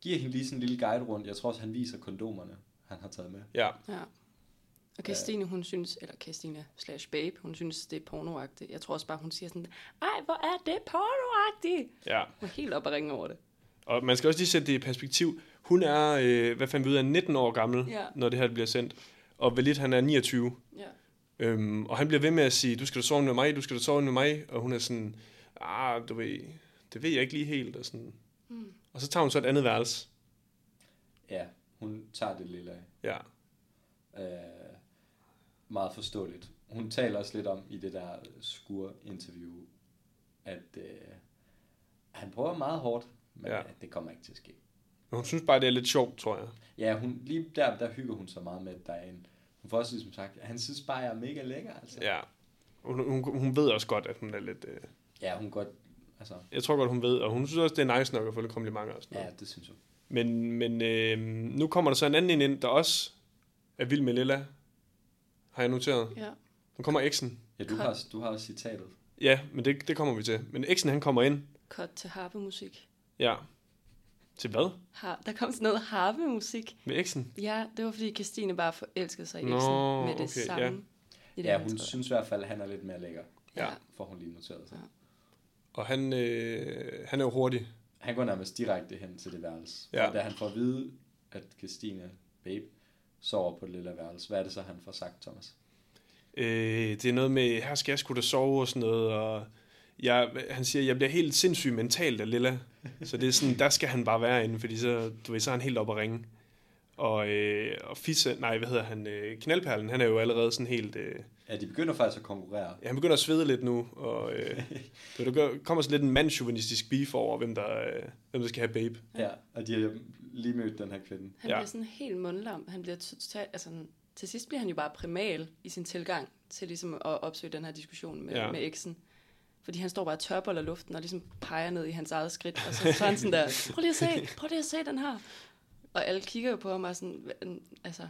giver hende lige sådan en lille guide rundt. Jeg tror også, han viser kondomerne, han har taget med. Ja, Ja. Og Christine, hun synes, eller Christine slash babe, hun synes, det er pornoagtigt. Jeg tror også bare, hun siger sådan, ej, hvor er det pornoagtigt? ja. Hun er helt op og ringe over det. Og man skal også lige sætte det i perspektiv. Hun er, øh, hvad fanden vi ud af, 19 år gammel, Ja. når det her bliver sendt. Og Valit, han er 29. Ja. Øhm, og han bliver ved med at sige, du skal da sove med mig, du skal da sove med mig. Og hun er sådan, ah, du ved, det ved jeg ikke lige helt. Og, sådan. Mm. og så tager hun så et andet værelse. Ja, hun tager det lille af. Ja. Øh, meget forståeligt. Hun taler også lidt om i det der skur-interview, at øh, han prøver meget hårdt, men Ja. ja. det kommer ikke til at ske. Men hun synes bare, det er lidt sjovt, tror jeg. Ja, hun, lige der, der hygger hun sig meget med, at der er en... Hun får også ligesom sagt, at han synes bare, at jeg er mega lækker, altså. Ja. Hun, hun, hun ved også godt, at hun er lidt... Øh, Ja, hun godt... Altså, jeg tror godt, hun ved, og hun synes også, det er nice nok at få lidt komplimenter og sådan noget. ja, det synes hun. Men, men øh, nu kommer der så en anden en ind, der også er vild med Lilla. Har jeg noteret. ja. Nu kommer eksen. Ja, du har, du har også citatet. Ja, men det, det kommer vi til. Men eksen, han kommer ind. Cut til harpemusik. Ja. Til hvad? Har, der kom sådan noget harpemusik. Med eksen? Ja, det var fordi Christine bare forelskede sig i Nå, Ibsen Nå, med det okay, okay, samme. ja. Ja. I det Ja, her, hun tror jeg. synes i hvert fald, at han er lidt mere lækker, Ja. ja. får hun lige noteret sig. Og han, øh, han er jo hurtig. Han går nærmest direkte hen til det værelse. Ja. Ja. Og da han får at vide, at Christine, babe, sover på det lille værelse, hvad er det så, han får sagt, Thomas? Øh, det er noget med, her skal jeg sgu da sove og sådan noget, og jeg, han siger, jeg bliver helt sindssyg mentalt af Lilla. Så det er sådan, der skal han bare være inde, fordi så, du ved, så er han helt op at ringe. Og, øh, og Fisse, nej, hvad hedder han, øh, Knaldperlen, han er jo allerede sådan helt, øh, Ja, de begynder faktisk at konkurrere. ja, han begynder at svede lidt nu, og øh, du ved, der gør- kommer sådan lidt en mandsjuvenistisk beef over, hvem der, øh, hvem der skal have babe. Ja, og de har lige mødt den her kvinde. Han Ja. ja. bliver sådan helt mundlam. Han bliver totalt, altså, han- til sidst bliver han jo bare primal i sin tilgang til ligesom at opsøge den her diskussion med, Ja. ja. med eksen. Fordi han står bare og tørboller luften og ligesom peger ned i hans eget skridt. Og så, så er han sådan der, prøv lige at se, prøv lige at se den her. Og alle kigger jo på ham og er sådan, "Hva- altså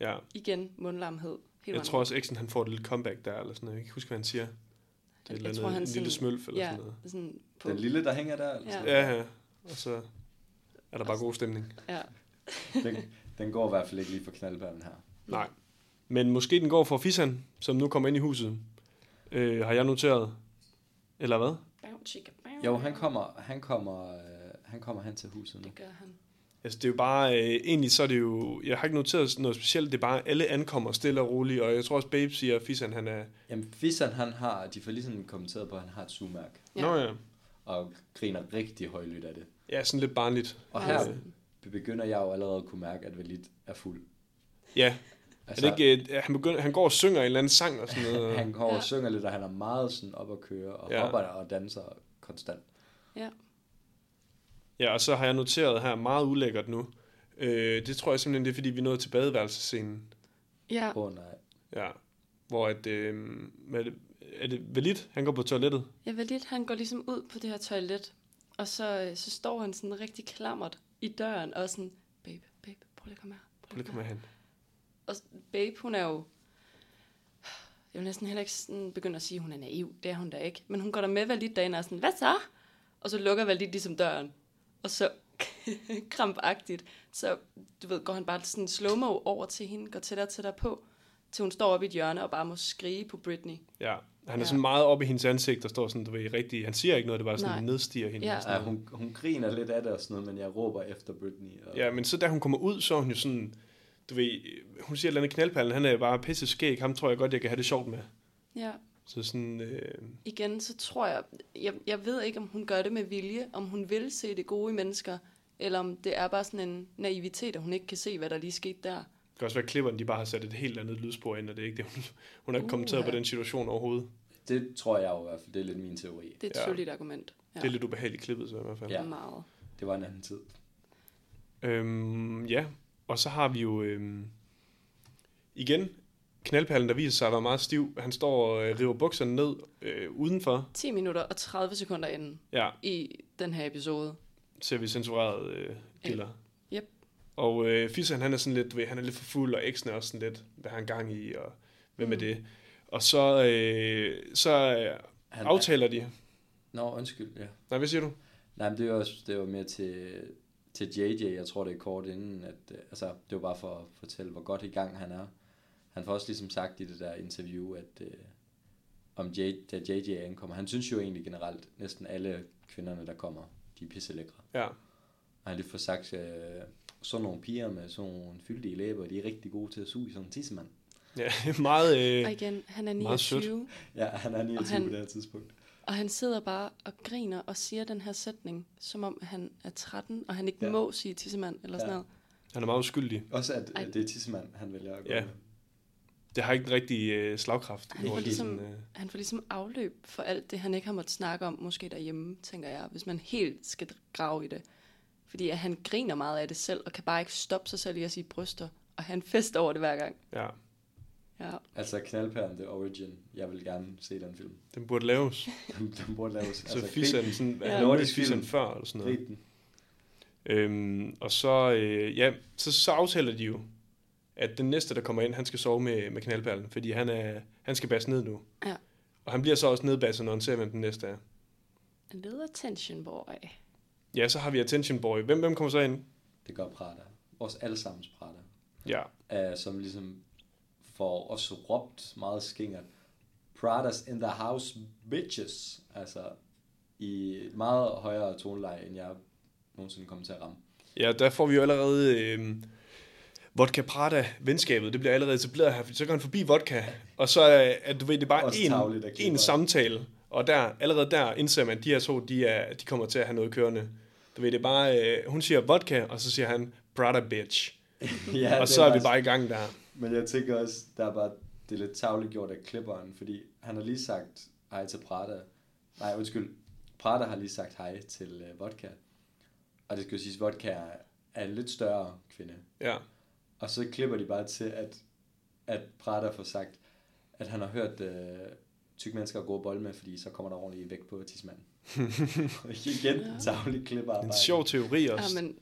Ja, igen mundlamhed. Helt jeg tror også, Eksen han får et lille comeback der, eller sådan noget. Jeg kan ikke huske, hvad han siger. Det er et eller andet, en lille smølf eller ja, sådan noget. Sådan på, Den lille, der altså. hænger der, Ja. ja. Ja, ja. Og så er der bare Altså- god stemning. ja. den, den går i hvert fald ikke lige for knaldperlen her. Nej. Men måske den går for Fisan, som nu kommer ind i huset. Øh, har jeg noteret? Eller hvad? Bow, chicka, bow. Jo, han kommer, han kommer, øh, han kommer hen til huset nu. Det gør han. Altså, det er jo bare... Øh, egentlig så er det jo... Jeg har ikke noteret noget specielt. Det er bare, alle ankommer stille og roligt. Og jeg tror også, Babe siger, at Fisan, han er... Jamen, Fisan, han har, de får ligesom kommenteret på, at han har et sumærk, Ja. Ja. Nå ja. og griner rigtig højlydt af det. Ja, sådan lidt barnligt. Øh, Og Ja. her begynder jeg jo allerede at kunne mærke, at Valit er fuld. Ja. Altså, er det ikke, øh, han, begynder, han går og synger en eller anden sang og sådan noget. han går og Ja. synger lidt, og han er meget sådan op at køre, og Ja. ja. hopper og danser konstant. Ja. Ja, og så har jeg noteret her meget ulækkert nu. Øh, det tror jeg simpelthen, det er, fordi vi nåede til badeværelsescenen. Ja, Åh oh, nej. Ja. Hvor at, øh, hvad er, det, er det Valit, han går på toilettet? Ja, Valit, han går ligesom ud på det her toilet, og så, øh, så står han sådan rigtig klamret i døren, og sådan, babe, babe, prøv lige at komme her. Prøv lige at komme herhen. Og s- babe, hun er jo, jeg vil næsten heller ikke sådan begynde at sige, at hun er naiv, det er hun da ikke, men hun går der med Valit derind og er sådan, hvad så? Og så lukker Valit ligesom døren, og så krampagtigt, så du ved, går han bare sådan slow-mo over til hende, går tættere og tættere på, til hun står oppe i et hjørne og bare må skrige på Britney. Ja. Han er Ja. sådan meget oppe i hendes ansigt, der står sådan, du ved, rigtig... Han siger ikke noget, det er bare sådan, Nej. Nej. nedstiger hende. Ja. og sådan Ja, noget. altså, hun, hun griner lidt af det og sådan noget, men jeg råber efter Britney. Og, ja, men så da hun kommer ud, så er hun jo sådan... Du ved, øh, hun siger et eller andet knaldpallen, han er bare pisse skæg, ham tror jeg godt, jeg kan have det sjovt med. Ja. Så sådan, øh, igen, så tror jeg, jeg, jeg ved ikke, om hun gør det med vilje, om hun vil se det gode i mennesker, eller om det er bare sådan en naivitet, at hun ikke kan se, hvad der lige skete der. det kan også være, at klipperen de bare har sat et helt andet lydspor ind, og det er ikke det, hun, hun har ikke Uh, kommenteret på den situation overhovedet. Det tror jeg jo i hvert fald, det er lidt min teori. Det er et Ja. ja. tydeligt argument. Ja. Det er lidt ubehageligt klippet, så i hvert fald. Ja. Meget. Det var en anden tid. Øhm, ja, og så har vi jo øhm, igen knaldperlen, der viser sig at være meget stiv, han står og øh, river bukserne ned øh, udenfor. 10 minutter og 30 sekunder inden Ja, i den her episode. ser vi censureret øh, gilder. Yep. Og øh, Fisan, han er sådan lidt, du ved, han er lidt for fuld, og eksen er også sådan lidt, hvad har han gang i, og hvem mm. er det? Og så, øh, så øh, Han, aftaler de. Nå, undskyld, ja. Nej, hvad siger du? Nej, men det var, også, det var mere til, til JJ, jeg tror det er kort inden, at, øh, altså, det var bare for at fortælle, hvor godt i gang han er. Han får også ligesom sagt i det der interview, at øh, om J, da JJ ankommer, han synes jo egentlig generelt, næsten alle kvinderne, der kommer, de er pisse lækre. Ja. Og han lige får sagt, øh, sådan nogle piger med sådan nogle fyldige læber, de er rigtig gode til at suge sådan en tissemand. ja meget, Og øh, igen, han er Meget sødt. 29, Ja, han er 29 han- på det her tidspunkt. og han sidder bare og griner og siger den her sætning, som om han er 13, og han ikke Ja. ja. må sige tissemand eller sådan Ja. noget. han er meget uskyldig. Også at Ej. øh, det er tissemand, han vælger at gå Ja. med. Det har ikke den rigtige øh, slagkraft. Han når får, det er ligesom, sådan, øh, han får ligesom afløb for alt det, han ikke har måttet snakke om, måske derhjemme, tænker jeg, hvis man helt skal grave i det. Fordi at han griner meget af det selv, og kan bare ikke stoppe sig selv i at sige bryster, og han fester over det hver gang. ja, Ja, Altså Knaldperlen, The Origin. Jeg vil gerne se den film. den burde laves. Den, den burde laves. Så altså, Fisan, sådan, Ja. Nordisk han nordisk Fisan film. før, eller sådan noget. Grib den. Øhm, og så, øh, ja, så, så aftaler de jo, at den næste, der kommer ind, han skal sove med, med knaldperlen, fordi han, er, han skal basse ned nu. Ja. Og han bliver så også nedbasset, når han ser, hvem den næste er. a little attention boy. Ja, så har vi Attention Boy. Hvem, hvem kommer så ind? Det gør Prada. Vores allesammens Prada. Ja, Uh, som ligesom får også råbt meget skingert. Pradas in the house, bitches. Altså i et meget højere toneleje, end jeg nogensinde kommer til at ramme. ja der får vi jo allerede... Øh, Vodka Prada-venskabet, det bliver allerede etableret her, fordi så går han forbi Vodka, og så øh, er at du ved, det er bare Også en, tarveligt at kigge en på. samtale, og der, allerede der indser man, at de her to, de, er, de kommer til at have noget kørende. Du ved, det er bare, øh, hun siger vodka, og så siger han Prada bitch. ja, det og så er vi faktisk- bare i gang der. Men jeg tænker også, der er bare, det er lidt tavligt gjort af klipperen, fordi han har lige sagt hej til Prada. Nej, undskyld. Prada har lige sagt hej til øh, Vodka. Og det skal jo siges, at Vodka er- er en lidt større kvinde. Ja. Og så klipper de bare til, at, at Prada får sagt, at han har hørt øh, tykke mennesker at gå og bolle med, fordi så kommer der ordentlig vægt på tidsmanden. Og igen, ja. tavligt klipper. En sjov teori også. Jamen,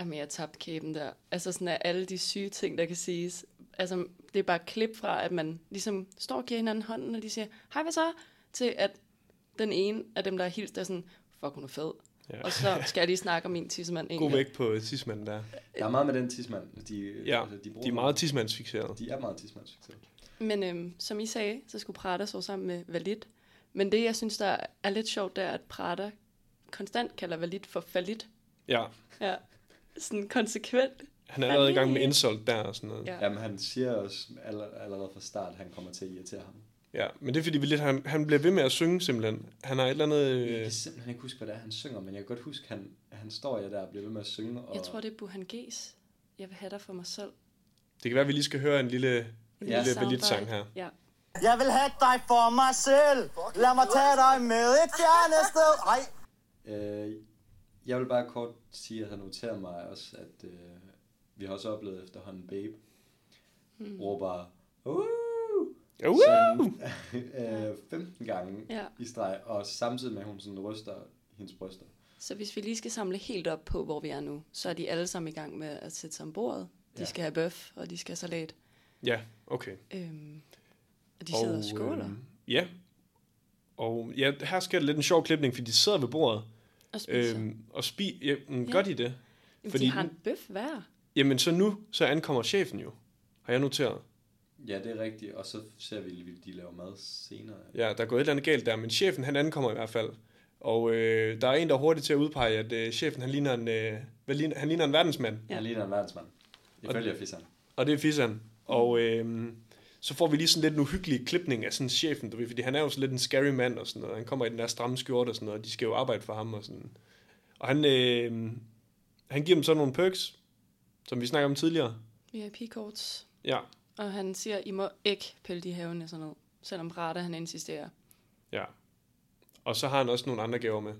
jamen, jeg tabte kæben der. Altså sådan er alle de syge ting, der kan siges. Altså, det er bare et klip fra, at man ligesom står og giver hinanden hånden, og de siger, hej, hvad så? Til at den ene af dem, der er hilst, er sådan, fuck, hun er fed. Ja. Og så skal jeg lige snakke om min tissemand en God gang. vægt på tidsmanden der. Der er meget med den tidsmand. De, Ja, altså, bruger de er meget tidsmandsfixerede. de er meget tidsmandsfixerede. Men øhm, som I sagde, så skulle Prada så sammen med Valit. Men det, jeg synes, der er lidt sjovt, det er, at Prada konstant kalder Valit for Falit. Ja, Ja, sådan konsekvent. han er allerede i gang med insult der og sådan noget. Ja. Jamen, han siger også aller- allerede fra start, at han kommer til at irritere ham. Ja, men det er fordi, vi lidt, han, han bliver ved med at synge simpelthen. Han har et eller andet... Jeg Øh, kan simpelthen ikke huske, hvad det er, han synger, men jeg kan godt huske, at han, han står ja der og bliver ved med at synge. Og Jeg tror, det er Buhan G's. Jeg vil have dig for mig selv. det kan være, at vi lige skal høre en lille, en Ja. lille Soundbite. valid-sang her. Ja. Jeg vil have dig for mig selv. Lad mig tage dig med et fjernet sted. Ej, Øh, jeg vil bare kort sige, at han noterer mig også, at øh, vi har også oplevet efterhånden Babe Hmm. mm. råber uh, Uh! sådan, øh, 15 gange Ja. i streg, og samtidig med, at hun sådan ryster hendes bryster. Så hvis vi lige skal samle helt op på, hvor vi er nu, så er de alle sammen i gang med at sætte sig om bordet. De Ja. ja. skal have bøf, og de skal have salat. Ja, okay. Øhm, og de sidder og, og skåler. øhm, ja. Og ja, her sker der lidt en sjov klipning, fordi de sidder ved bordet og spiser. Øhm, øhm, og spiser. Ja, mm, Gør de det? Jamen, fordi- de har en bøf hver. Jamen så nu, så ankommer chefen jo, har jeg noteret. Ja, det er rigtigt, og så ser vi, at de laver mad senere. Ja, der er gået et eller andet galt der, men chefen han ankommer i hvert fald. Og øh, der er en, der er hurtigt til at udpege, at øh, chefen han ligner, en, øh, hvad ligner, han ligner en verdensmand. Ja. Ja. Han ligner en verdensmand. Ifølge Fisan. Og det er Fisan. Og øhm, så får vi lige sådan lidt en uhyggelig klipning af sådan chefen, du ved, fordi han er jo sådan lidt en scary mand og sådan noget. Han kommer i den der stramme skjorte og sådan noget, og de skal jo arbejde for ham og sådan. Og han, øhm, han giver dem sådan nogle perks, som vi snakker om tidligere. VIP-korts. Ja, Og han siger, I må ikke pille de havene sådan noget. Selvom Rada, han insisterer. ja. Og så har han også nogle andre gaver med.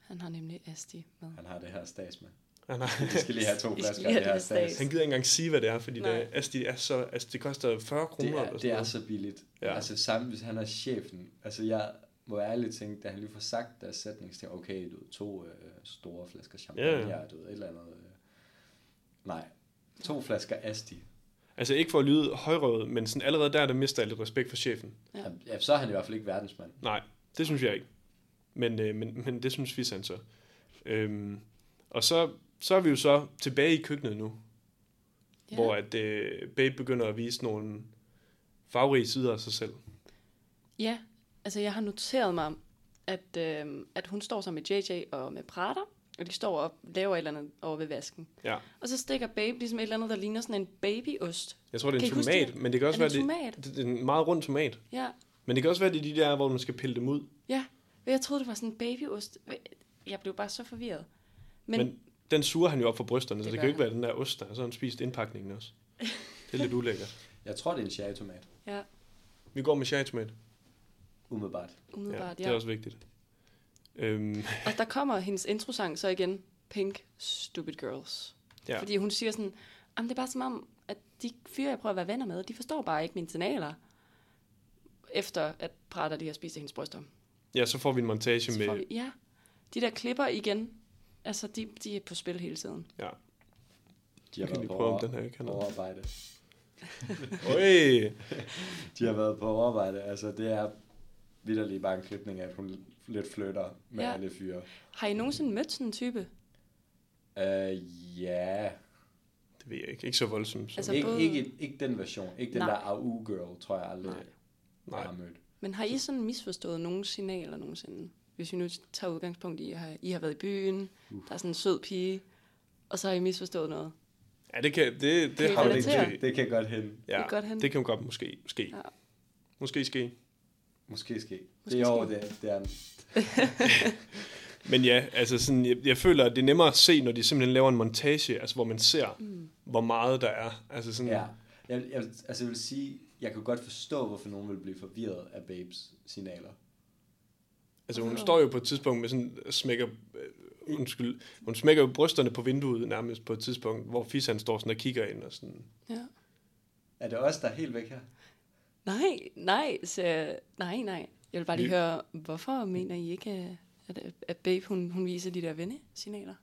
Han har nemlig Asti med. Han har det her stads med. Ah, nej. Vi skal lige have to Vi skal flasker lige af have det her det med stas. stas. Han gider ikke engang sige, hvad det er, fordi det, Nej. altså, det, er så, altså, det koster 40 kroner. Det er, eller det sådan er noget. så billigt. Ja. Ja. Altså samme hvis han er chefen. Altså jeg må ærligt tænke, da han lige får sagt deres sætning, så tænkte jeg, okay, du ved, to øh, store flasker champagne Ja, ja, ja. ja. her, du ved, et eller andet. Øh. Nej, to flasker Asti. Altså ikke for at lyde højrøvet, men sådan allerede der, der mister jeg lidt respekt for chefen. Ja. Ja. Ja, så er han i hvert fald ikke verdensmand. Nej, det synes jeg ikke. Men, øh, men, men det synes vi han så. Øhm, og så, så er vi jo så tilbage i køkkenet nu, ja. hvor at, øh, Babe begynder at vise nogle farverige sider af sig selv. Ja, altså jeg har noteret mig, at, øh, at hun står sammen med JJ og med Prada, og de står og laver et eller andet over ved vasken. Ja. Og så stikker Babe ligesom et eller andet, der ligner sådan en babyost. Jeg tror, det er Kan I en huske tomat, det? men det kan også være, Er det en det, det, det er en meget rund tomat. Ja, Men det kan også være, det er de der, hvor man skal pille dem ud. ja. Men Jeg troede, det var sådan en babyost. Jeg blev bare så forvirret. Men, Men, Men men den suger han jo op fra brysterne, det så Det det gør kan jo ikke han. være den der ost, der er. så har han spist indpakningen også. Det er lidt ulækkert. Jeg tror, det er en cherrytomat, ja, Vi går med sherrytomat. umiddelbart. umiddelbart, det ja. er ja. også vigtigt. Øhm, Og der kommer hendes introsang så igen, Pink Stupid Girls. ja. Ja. Fordi hun siger sådan, Jamen, det er bare som om, at de fyre, jeg prøver at være venner med, de forstår bare ikke mine signaler. Efter at Prada lige har spist af hendes bryster. ja, så får vi en montage Så får med... vi, ja, de der klipper igen, altså de, de er på spil hele tiden. Ja. De har Kan været lige på prøve, om over, den her ikke har noget. overarbejde. Øj! De har været på overarbejde. Altså det er vidderligt bare en klipning af, at hun lidt flytter med Ja. ja. alle fyre. Har I nogensinde mødt sådan en type? Øh, ja. Det ved jeg ikke. Ikke så voldsomt. Så. Altså, Altså, Ikke, både- ikke, ikke den version. Ikke den Nej. der AU-girl, tror jeg aldrig, Nej. jeg Nej. har mødt. Men har I sådan misforstået nogle signaler nogensinde? Hvis vi nu tager udgangspunkt i, at I har været i byen, uh. der er sådan en sød pige, og så har I misforstået noget. Ja, det kan... Det, Kan I det har vi relatere? ikke. Det, det kan godt hende. Ja, Det er godt hen. det kan jo godt måske ske. Ja. Ja. Måske ske. Måske ske. Måske det er ske. over det, det er en Men ja, altså sådan, jeg, jeg føler, at det er nemmere at se, når de simpelthen laver en montage, altså hvor man ser, mm. hvor meget der er. Altså sådan, Ja. Jeg, jeg, altså jeg vil sige, jeg kan godt forstå, hvorfor nogen vil blive forvirret af babes signaler. Altså hun står jo på et tidspunkt med sådan, smækker, øh, undskyld, hun smækker jo brysterne på vinduet nærmest på et tidspunkt, hvor Fis han står sådan og kigger ind og sådan. Ja. Er det os, der er helt væk her? Nej, nej, så, nej, nej. Jeg vil bare lige Vi- høre, hvorfor mener I ikke, at- at, at Babe hun, hun viser de der vennesignaler?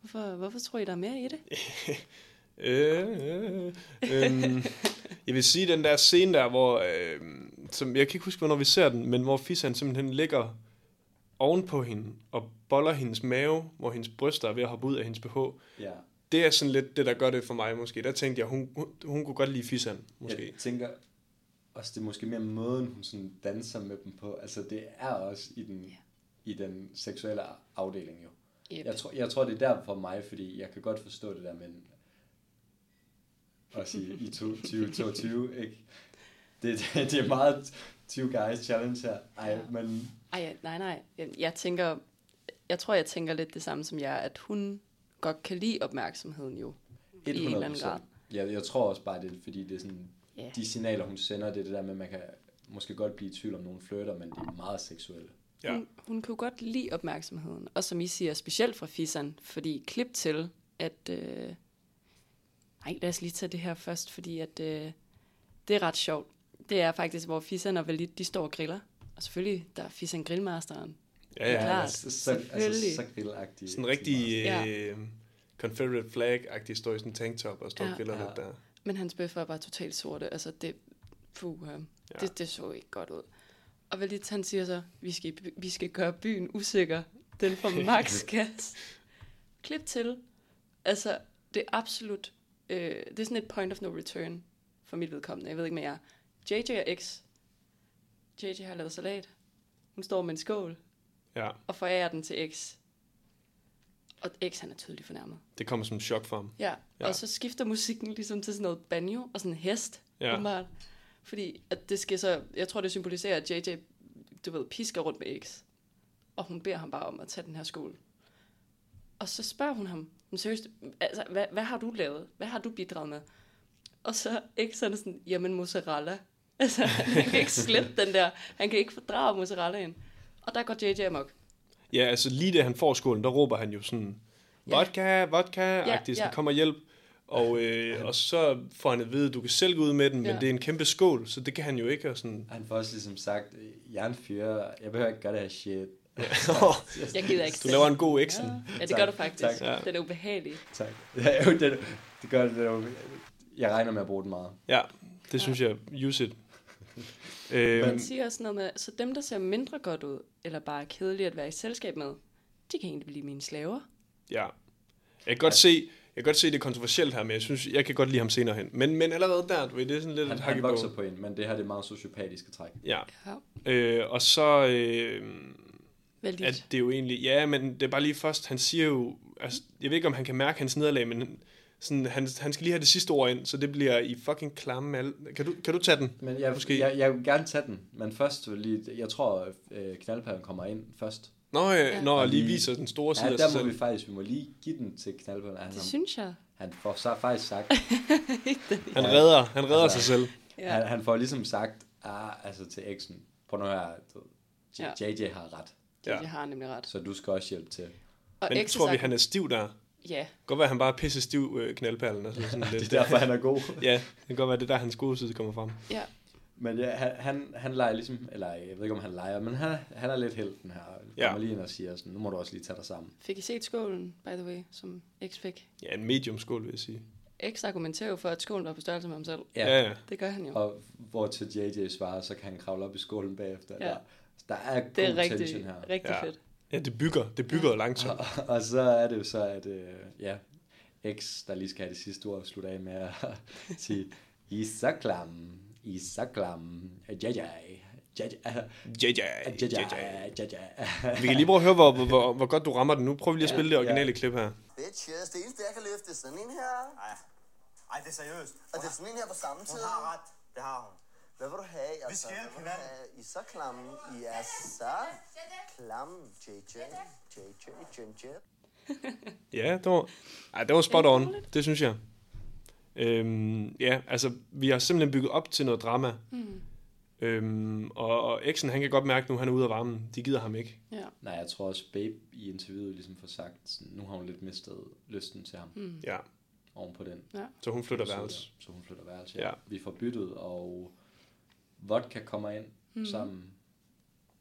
Hvorfor, hvorfor tror I, der er mere i det? Øh, øh, øh. jeg vil sige, den der scene der, hvor, øh, som, jeg kan ikke huske, hvornår vi ser den, men hvor Fis han simpelthen ligger ovenpå hende og boller hendes mave, hvor hendes bryster er ved at hoppe ud af hendes BH. Ja. Det er sådan lidt det, der gør det for mig måske. Der tænkte jeg, hun, hun, hun kunne godt lide Fisan, måske. Jeg tænker også, det er måske mere måden, hun sådan danser med dem på. Altså det er også i den, i den seksuelle afdeling jo. Yep. Jeg, tror, jeg tror, det er der for mig, fordi jeg kan godt forstå det der, men også i, i to- 2022, ikke? Det, det, det er meget 20 guys challenge her. Ej, Ja. men Ej, nej, nej. Jeg, jeg tænker, jeg tror, jeg tænker lidt det samme som jeg, at hun godt kan lide opmærksomheden jo. I en eller anden 100%. grad. Jeg, jeg tror også bare, det er, fordi det er sådan, Ja. de signaler, hun sender, det er det der med, at man kan måske godt blive i tvivl om nogle flirter, men det er meget seksuelle. Ja. Hun, hun kunne godt lide opmærksomheden. Og som I siger, specielt fra fisseren, fordi klip til, at... Øh... Ej, lad os lige tage det her først, fordi at, øh... det er ret sjovt. Det er faktisk, hvor fisseren og Valit, de står og griller. Og selvfølgelig, der er fisseren grillmasteren. Ja, ja. Klart, altså, så, altså, selvfølgelig. så grillagtigt. Sådan en rigtig Ja. øh, Confederate flag-agtig står i sådan en tanktop og står Ja. og griller Ja. lidt der. Men hans bøffer var bare totalt sorte. Altså, det, puh, ja. det, det så ikke godt ud. Og Valit, han siger så, vi skal, vi skal gøre byen usikker. Den får max gas. Klip til. Altså, det er absolut... Øh, det er sådan et point of no return for mit vedkommende. Jeg ved ikke med jer. JJ og X. JJ har lavet salat. Hun står med en skål Ja, og forærer den til X. Og X, han er tydeligt fornærmet. det kommer som et chok for ham. Ja, Ja. ja, og så skifter musikken ligesom til sådan noget banjo og sådan en hest, Ja. ja. åbenbart. Fordi at det skal så, jeg tror det symboliserer, at JJ, du ved, pisker rundt med X. Og hun beder ham bare om at tage den her skole. Og så spørger hun ham, men seriøst, altså, hvad, hvad har du lavet? Hvad har du bidraget med? Og så X han er sådan, jamen mozzarella. Altså, han kan ikke slippe den der. Han kan ikke fordrage mozzarellaen. Og der går JJ amok. Ja, altså lige da han får skålen, der råber han jo sådan, Ja. vodka, vodka-agtigt, Ja, ja, ja. ja. kommer hjælp. Og, øh, og så får han at vide, at du kan selv gå ud med den, men Ja. ja. det er en kæmpe skål, så det kan han jo ikke. Og sådan, Han får også ligesom sagt, jeg er en fyr, jeg behøver ikke gøre det her shit. Jeg gider ikke. du laver en god eksen. Ja, Ja. ja det Tak, gør du faktisk. tak. Ja. Den er ubehagelig. tak. Ja, jo, det, det gør det, det. er jo- Jeg regner med at bruge den meget. ja, det synes jeg. Use it. Man øhm, siger også noget med, så dem, der ser mindre godt ud, eller bare er kedelige at være i selskab med, de kan egentlig blive mine slaver. ja. Jeg kan godt se... Jeg kan godt se, det er kontroversielt her, men jeg synes, jeg kan godt lide ham senere hen. Men, men allerede der, du ved, det er sådan lidt Han, et han hakkebog. vokser på en, men det her det er meget sociopatiske træk. Ja. Ja, Øh, og så, øh, vældig. at det er jo egentlig, ja, men det er bare lige først, han siger jo, altså, jeg ved ikke, om han kan mærke hans nederlag, men sådan, han, han skal lige have det sidste ord ind, så det bliver i fucking klamme al... Kan du, kan du tage den? Men jeg, Måske. Måske. jeg, jeg vil gerne tage den, men først vil lige, jeg tror, øh, knaldperlen kommer ind først. Nå, ja. når Og jeg lige lige- viser den store side Ja, af sig der må vi selv. faktisk, vi må lige give den til knaldperlen. at Han, Det har- synes jeg. han får så faktisk sagt, Han redder, han redder Altså. sig selv. ja. han, han får ligesom sagt, ah, altså til eksen, på nu her, du, J- Ja. JJ har ret, Det, Ja. ja. Jeg har nemlig ret. så du skal også hjælpe til. Og Men Exe tror vi, sagt- han er stiv der? Det Ja, kan godt være, at han bare er pisse stiv øh, knaldperlen. Altså, sådan lidt. Det er derfor, han er god. Ja, det kan godt være, det er der, hans gode side kommer frem. ja. Men ja, han, han, han leger ligesom, eller jeg ved ikke, om han leger, men han, han er lidt helten her. Kommer Ja. lige ind og siger sådan, nu må du også lige tage dig sammen. Fik I set skålen, by the way, som X fik? Ja, en medium skål, vil jeg sige. X argumenterer jo for, at skålen var på størrelse med ham selv. Ja, ja. Det gør han jo. Og hvor til JJ svarer, så kan han kravle op i skålen bagefter. Ja. Ja. Der, der er god Det er rigtig, tension her. rigtig Ja. fedt. ja det bygger, det bygger langsomt. Og, og så er det jo så, at øh, ja, X, der lige skal have det sidste ord, slutter af med at sige, I er så klamme, I er så klamme, JJ, JJ, Ja, JJ, ja, ja, ja. JJ, JJ. Vi kan lige prøve at høre, hvor, hvor, hvor, hvor godt du rammer den nu. Prøv lige at spille det originale klip her. Bitches, det eneste jeg kan løfte er sådan en her. Ej, ej, det er seriøst. Og det er sådan en her på samme Hun tid. har ret. Det har hun. Hvad vil du have? Altså, skal Hvad hjælpe vil du hinanden. have? I er så klamme. I er så klamme. JJ. JJ. JJ. Ja, det var, ej, det var spot on, det synes jeg. Øhm, ja, altså, vi har simpelthen bygget op til noget drama. Mm. Øhm, og, og eksen, han kan godt mærke nu, han er ude af varmen. De gider ham ikke. Ja. Nej, jeg tror også, Babe i interviewet ligesom får sagt, sådan, nu har hun lidt mistet lysten til ham mm. Ja, oven på den. så hun flytter værelse. Så, så hun flytter værelse. Ja. Ja. ja. Vi får byttet, og vodka kommer ind mm. sammen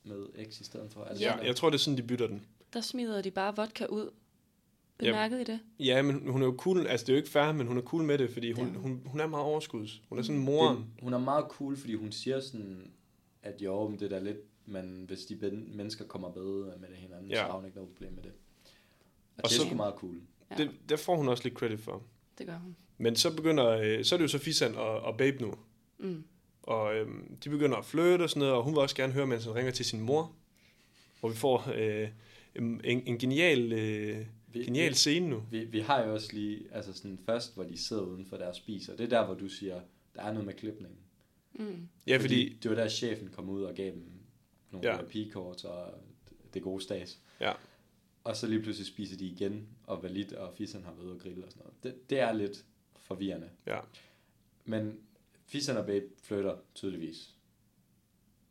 med X i stedet for. Er det Ja, sådan, jeg tror, det er sådan, de bytter den. Der smider de bare vodka ud. Bemærkede I det? Ja, men hun er jo cool. Altså, det er jo ikke fair, men hun er cool med det, fordi hun, ja. Mm. hun, hun er meget overskuds. Hun er sådan moren. det, hun er meget cool, fordi hun siger sådan, at jo, men det er da lidt, men hvis de ben, mennesker kommer bedre med det hinanden, ja. så Ja. har hun ikke noget problem med det. Og, Og og det er så- sgu meget cool. Ja. Det, der får hun også lidt credit for. Det gør hun. Men så begynder, øh, så er det jo så Fisan og, og Babe nu. Mm. Og øhm, de begynder at flytte og sådan noget, og hun vil også gerne høre, mens han ringer til sin mor. Hvor vi får øh, en, en en genial, øh, Vi- genial scene nu. Vi, vi har jo også lige, altså sådan først, hvor de sidder udenfor der og spiser. Det er der, hvor du siger, der er noget med klipningen. Ja, fordi... det var der, chefen kom ud og gav dem nogle Ja. ja. pigekort og det gode stads. Ja, Og så lige pludselig spiser de igen, og Valit og Fisan har været ude og grille og sådan noget. Det, det er lidt forvirrende. ja. Men Fisan og Babe flytter tydeligvis.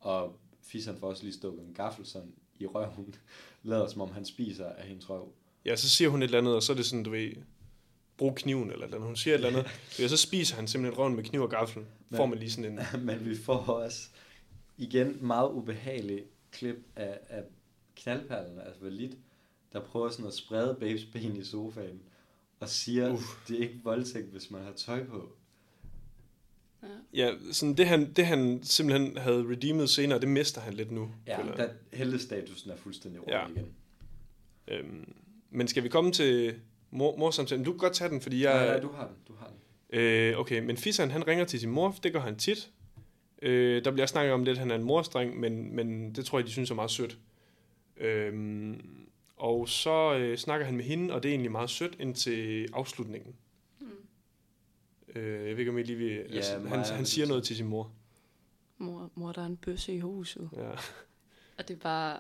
Og Fisan får også lige stukket en gaffel sådan i røven. Lader som om han spiser af hendes røv. ja, så siger hun et eller andet, og så er det sådan, du ved, brug kniven eller et eller andet. Hun siger et eller andet, ja, så spiser han simpelthen røven med kniv og gaffel. Får man lige sådan en... Men vi får også igen meget ubehagelig klip af, af knaldperlen, altså Valit, der prøver sådan at sprede babes ben i sofaen og siger, uh. det er ikke voldtægt, hvis man har tøj på. Ja, sådan det han, det han simpelthen havde redeemed senere, det mister han lidt nu. Ja, føler jeg. der heldestatusen er fuldstændig rundt Ja. ja. igen. Øhm, men skal vi komme til mor, morsamtalen? Du kan godt tage den, fordi jeg... Nej, nej, du har den, du har den. Øh, okay, men Fisan, han ringer til sin mor, det gør han tit. Øh, der bliver snakket om lidt, at han er en morstreng, men, men det tror jeg, de synes er meget sødt. Øhm, og så øh, snakker han med hende, og det er egentlig meget sødt indtil afslutningen. Mm. Øh, jeg ved ikke, om I lige vil... Ja, altså, Maja han, vil han lige siger tage. noget til sin mor. Mor, mor, der er en bøsse i huset. Ja. Og det er bare...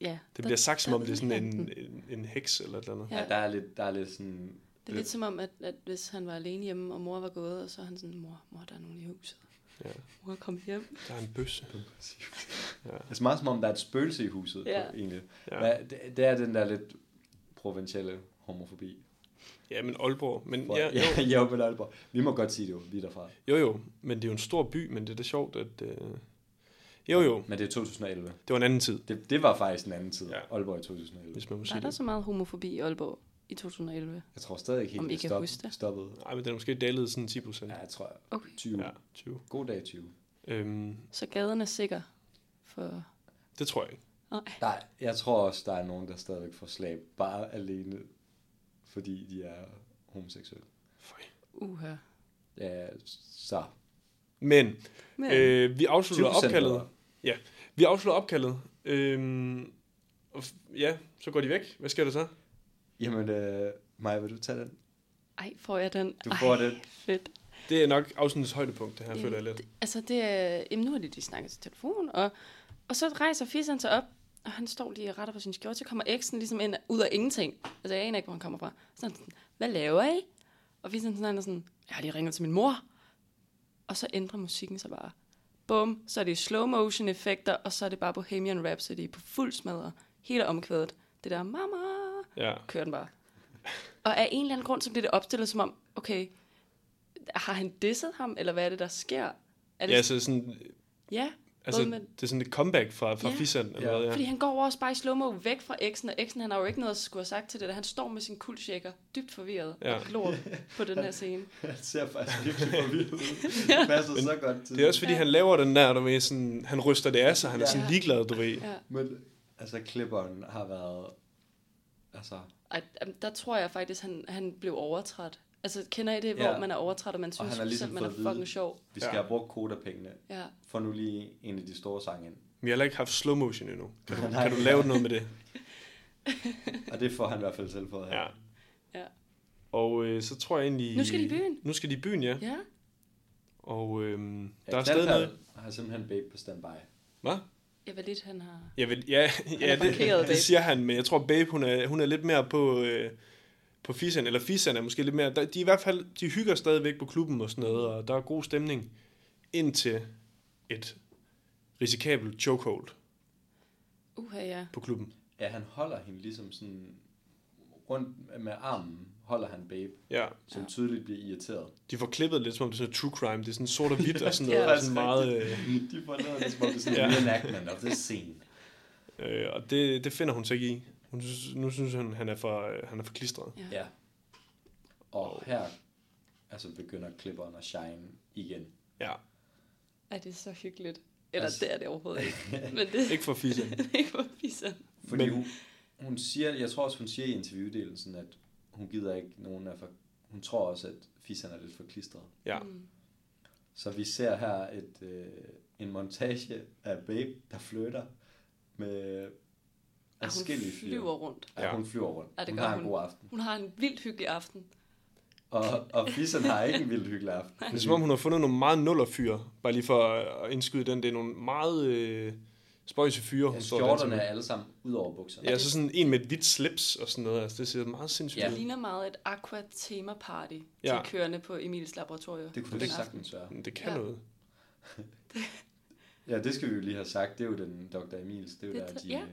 Ja. Det bliver sagt, som om det er sådan Ja. en, en, en heks eller et eller andet. Ja. Ja. ja, der er lidt, der er lidt sådan... Det er lidt som om, at, at hvis han var alene hjemme, og mor var gået, og så er han sådan, mor, mor, der er nogen i huset. Ja. Mor, kom hjem. Der er en bøsse. Altså meget som om, der er et spøgelse i huset, Ja. ja. egentlig. Ja. Ja. Det, det er den der lidt provincielle homofobi. Ja, men Aalborg. Men For, ja, ja, jo, ja, jo. Aalborg. Vi må godt sige det jo, vi er derfra. jo, jo. Men det er jo en stor by, men det er da sjovt, at... Øh... Jo, jo. Men det er 2011. Det var en anden tid, Det, det var faktisk en anden tid. Ja. Ja. Aalborg i 2011. hvis man må Var sige der det. så meget homofobi i Aalborg i 2011? Jeg tror stadig ikke helt, Om I det kan stop, huske det? stoppede. Nej, men den er måske dalet sådan 10 procent. Ja, jeg tror Okay. 20. Ja, Ja. 20. God dag 20. Øhm, Så gaden er sikker for... det tror jeg ikke. Nej, jeg tror også, der er nogen, der stadigvæk får slag bare alene, fordi de er homoseksuelle. Føj. Uha. Ja, så. Men Men øh, øh, vi afslutter 20% opkaldet. bedre. Ja, vi afslutter opkaldet. Øhm, og f- ja, så går de væk. Hvad sker der så? Jamen, øh, Maja, vil du tage den? ej, får jeg den? Du får ej, den. fedt. Det er nok afsnittets højdepunkt, det her, Jamen, føler jeg lidt. det- Altså, det er... Jamen, nu har de lige snakket til telefonen, og, og så rejser fisseren sig op, og han står lige og retter på sin skjorte, så kommer eksen ligesom ind ud af ingenting. Altså, jeg aner ikke, hvor han kommer fra. Så er han sådan, hvad laver I? Og fisseren sådan, han er sådan, jeg har lige ringet til min mor. Og så ændrer musikken sig bare. Bum, så er det slow motion effekter, og så er det bare Bohemian Rhapsody på fuld smadre. Hele omkvædet. Det der, mamma, Ja. kører den bare. Og af en eller anden grund, så bliver det opstillet som om, okay, har han disset ham, eller hvad er det, der sker? Er det, Ja, så sådan, ja, altså, både med, det er sådan et comeback fra, fra Ja. Fisseren. Eller Ja. hvad, fordi ja. han går over også bare i slow-mo væk fra eksen, og eksen han har jo ikke noget at skulle have sagt til det, der. han står med sin kuldshaker, dybt forvirret Ja. ja. og glor på den her scene. Jeg ser faktisk virkelig forvirret ud. Det passer så godt til Det er også fordi, han laver den der, du ved, sådan, han ryster det af sig, han er Ja. sådan ligeglad, du ved. Ja. Men altså, klipperen har været... Altså, Ej, jamen, der tror jeg faktisk, han, han blev overtræt. Altså, kender I det, hvor Ja. man er overtræt, og man og synes han har selv, ligesom man fået er at vide, fucking sjov? vi skal Ja. ja. have brugt kodapengene. Ja. Få nu lige en af de store sange ind. Vi har heller ikke haft slow motion endnu. Kan du, Nej. kan du lave noget med det? Og det får han i hvert fald selv fået her. Ja. Ja. Ja. Og øh, så tror jeg egentlig... Nu skal de i byen. Nu skal de i byen, ja. ja. Og øhm, der er Der stadig noget... har simpelthen babe på standby. Hvad? Jeg ved lidt, han har... Jeg vil, ja, ja parkeret, det, babe. det, siger han, men jeg tror, Babe, hun er, hun er lidt mere på, øh, på Fisan, eller Fisan er måske lidt mere... Der, de, er i hvert fald, de hygger stadigvæk på klubben og sådan noget, og der er god stemning indtil et risikabelt chokehold Uha, ja. på klubben. Ja, han holder hende ligesom sådan... Rundt med armen holder han babe, Ja, som tydeligt bliver irriteret. de får klippet lidt, som om det er sådan noget true crime. Det er sådan sort og hvidt og sådan Ja. noget. Det ja, er sådan meget, øh, De får noget, det, som om det er sådan Ja. en reenactment of this scene. øh, og det, det finder hun sig ikke i. Hun synes, nu synes hun, han er for, øh, han er for klistret. Ja. Ja. Og her altså begynder klipperen at shine igen. Ja, Ej, det er så hyggeligt. Eller Altså- det er det overhovedet ikke. Men det, ikke for Fisan. det er ikke for pisser. Fordi Men... Men- hun, hun siger, jeg tror også, hun siger i interviewdelen, sådan, at hun gider ikke nogen af for... Hun tror også, at fisserne er lidt for klistret. Ja. Mm. Så vi ser her et, øh, en montage af Babe, der flytter med Hun adskillige fyre. flyver rundt. Ja, hun flyver rundt. Ja, det hun gør har hun. en god aften. Hun har en vildt hyggelig aften. Og, og fisserne har ikke en vild hyggelig aften. Det er som om, hun har fundet nogle meget nullerfyre, bare lige for øh, at indskyde den. Det er nogle meget øh, spøjse fyre, hun Ja, står og danser Skjorterne med. er alle sammen ud over bukserne. Ja, så sådan en med et hvidt slips og sådan noget. Altså, det ser meget sindssygt Ja. ja. Det ud. ligner meget et aqua tema party ja. Ja. til kørende på Emils laboratorium. Det kunne den det aften. sagtens være. Men Det kan ja. Ja. noget. Ja, det skal vi jo lige have sagt. Det er jo den Dr. Emils. Det er jo Det er der, tre- de... ja. øh,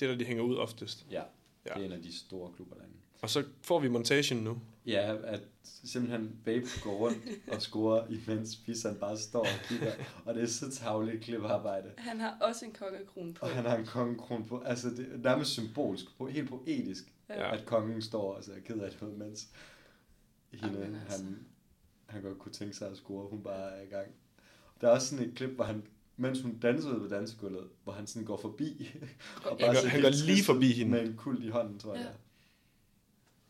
Det er der, de hænger ud oftest. Ja, Ja. det er en af de store klubber derinde. Og så får vi montagen nu. Ja, at simpelthen Babe går rundt og scorer, imens Pisan bare står og kigger. Og det er så tavligt klippearbejde. Han har også en kongekrone på. Og han har en kongekron på. Altså, det er nærmest symbolsk, på, helt poetisk, Ja. ja. at kongen står og så er ked af det, mens hende, Jamen, altså. han, han godt kunne tænke sig at score, hun bare er i gang. Der er også sådan et klip, hvor han, mens hun dansede på dansegulvet, hvor han sådan går forbi. og Han går- ser han helt går lige trist ud forbi hende. Med en kuld i hånden, tror jeg. Ja. Ja.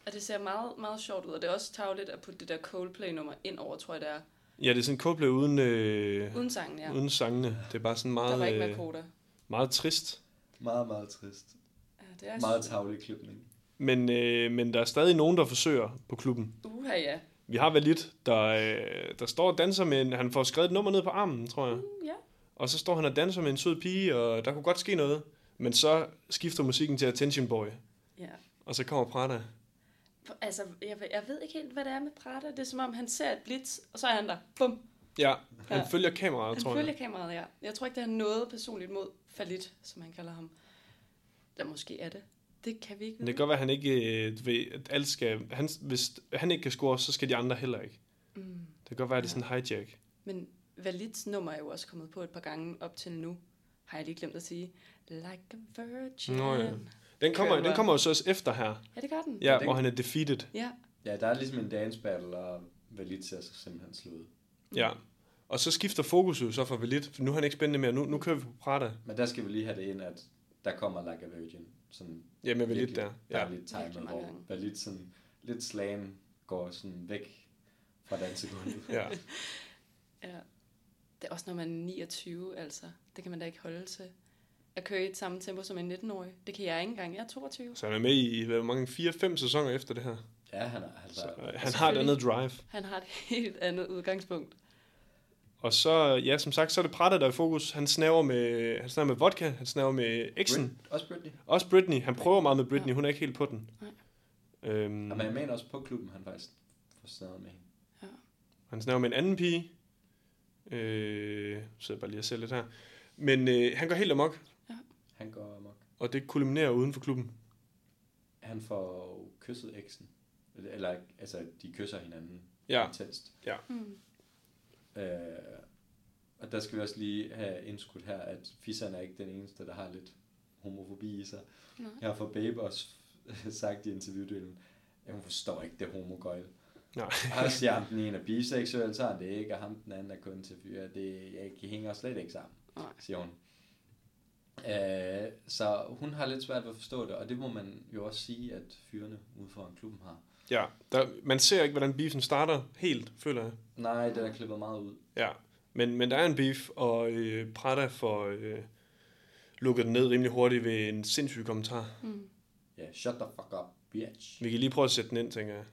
Og det ser meget, meget sjovt ud. Og det er også tavligt at putte det der Coldplay-nummer ind over, tror jeg det er. Ja, det er sådan Coldplay uden, øh, Uden sangen, ja. ja. Mm. uden sangene. Det er bare sådan Der var meget, ikke mere øh, koder. meget trist. Meget, meget trist. Ja, det er Meget tavlig klipning. Men, øh, men der er stadig nogen, der forsøger på klubben. Uha, ja. Vi har Valit, der, øh, der står og danser med en, Han får skrevet et nummer ned på armen, tror jeg. Mm, Ja. Og så står han og danser med en sød pige, og der kunne godt ske noget. Men så skifter musikken til Attention Boy, ja. og så kommer Prada. Altså, jeg, jeg ved ikke helt, hvad det er med Prada. Det er som om, han ser et blitz, og så er han der. Bum. Ja, han Ja. følger kameraet, Han tror følger jeg. kameraet, ja. Jeg tror ikke, det har noget personligt mod Falit, som han kalder ham. Der måske er det. Det kan vi ikke Men det vide. kan godt være, at han ikke øh, du ved, at alt skal, han, hvis han ikke kan score, så skal de andre heller ikke. Mm. Det kan godt være, at det er sådan en hijack. Men Valits nummer er jo også kommet på et par gange op til nu. Har jeg lige glemt at sige. Like a virgin. Nå ja. Den kommer, Kører. den kommer jo så også efter her, Ja, det gør den. ja, den- hvor han er defeated. ja. Ja, der er ligesom en dance battle, og Valitza så simpelthen slå ud. Ja. Mm. Og så skifter fokus jo så for lidt, for nu er han ikke spændende mere. Nu, nu kører vi på Prada. Men der skal vi lige have det ind, at der kommer Like a Virgin. Sådan Ja, med lidt virkelig der. Ja. dejligt Virkelig timer, mange hvor gange. Valit sådan lidt slam går sådan væk fra dansegulvet. ja. ja. Det er også, når man er 29, altså. Det kan man da ikke holde til. At køre i et samme tempo som en 19-årig. Det kan jeg ikke engang. Jeg er 22. Så han er med i, hvad, hvor mange, 4-5 sæsoner efter det her. Ja, han er altså... Så, øh, han har et selvfølgelig. andet drive. Han har et helt andet udgangspunkt. Og så, ja, som sagt, så er det Prada, der er i fokus. Han snaver med, han snaver med vodka, han snaver med Exen. Brit, også Britney. Også Britney. Han prøver meget med Britney. Ja. Hun er ikke helt på den. Øhm, Og man mener også på klubben, han faktisk får snadet med hende. han snakker med en anden pige. Øh, så jeg bare lige og ser lidt her. Men øh, han går helt amok, Han går amok. og det kulminerer uden for klubben. Han får jo kysset eksen. Eller- Eller, altså, de kysser hinanden Ja. intenst. Mm. Øh, og der skal vi også lige have indskudt her, at fisseren er ikke den eneste, der har lidt homofobi i sig. Nej. Her får Babe også sagt i interviewdelen, at hun forstår ikke det homogøjl. Nej. Og så siger ham, den ene er biseksuel, så er han det ikke, og ham den anden er kun til fyre. Det jeg, I hænger slet ikke sammen, Nej. siger hun. Øh, så hun har lidt svært ved at forstå det, og det må man jo også sige, at fyrene ude foran klubben har. Ja, der, man ser ikke, hvordan beefen starter helt, føler jeg. Nej, den er klippet meget ud. Ja, men, men der er en beef, og øh, Prada får øh, lukket den ned rimelig hurtigt ved en sindssyg kommentar. Mm. Ja, yeah, shut the fuck up, bitch. Vi kan lige prøve at sætte den ind, tænker jeg.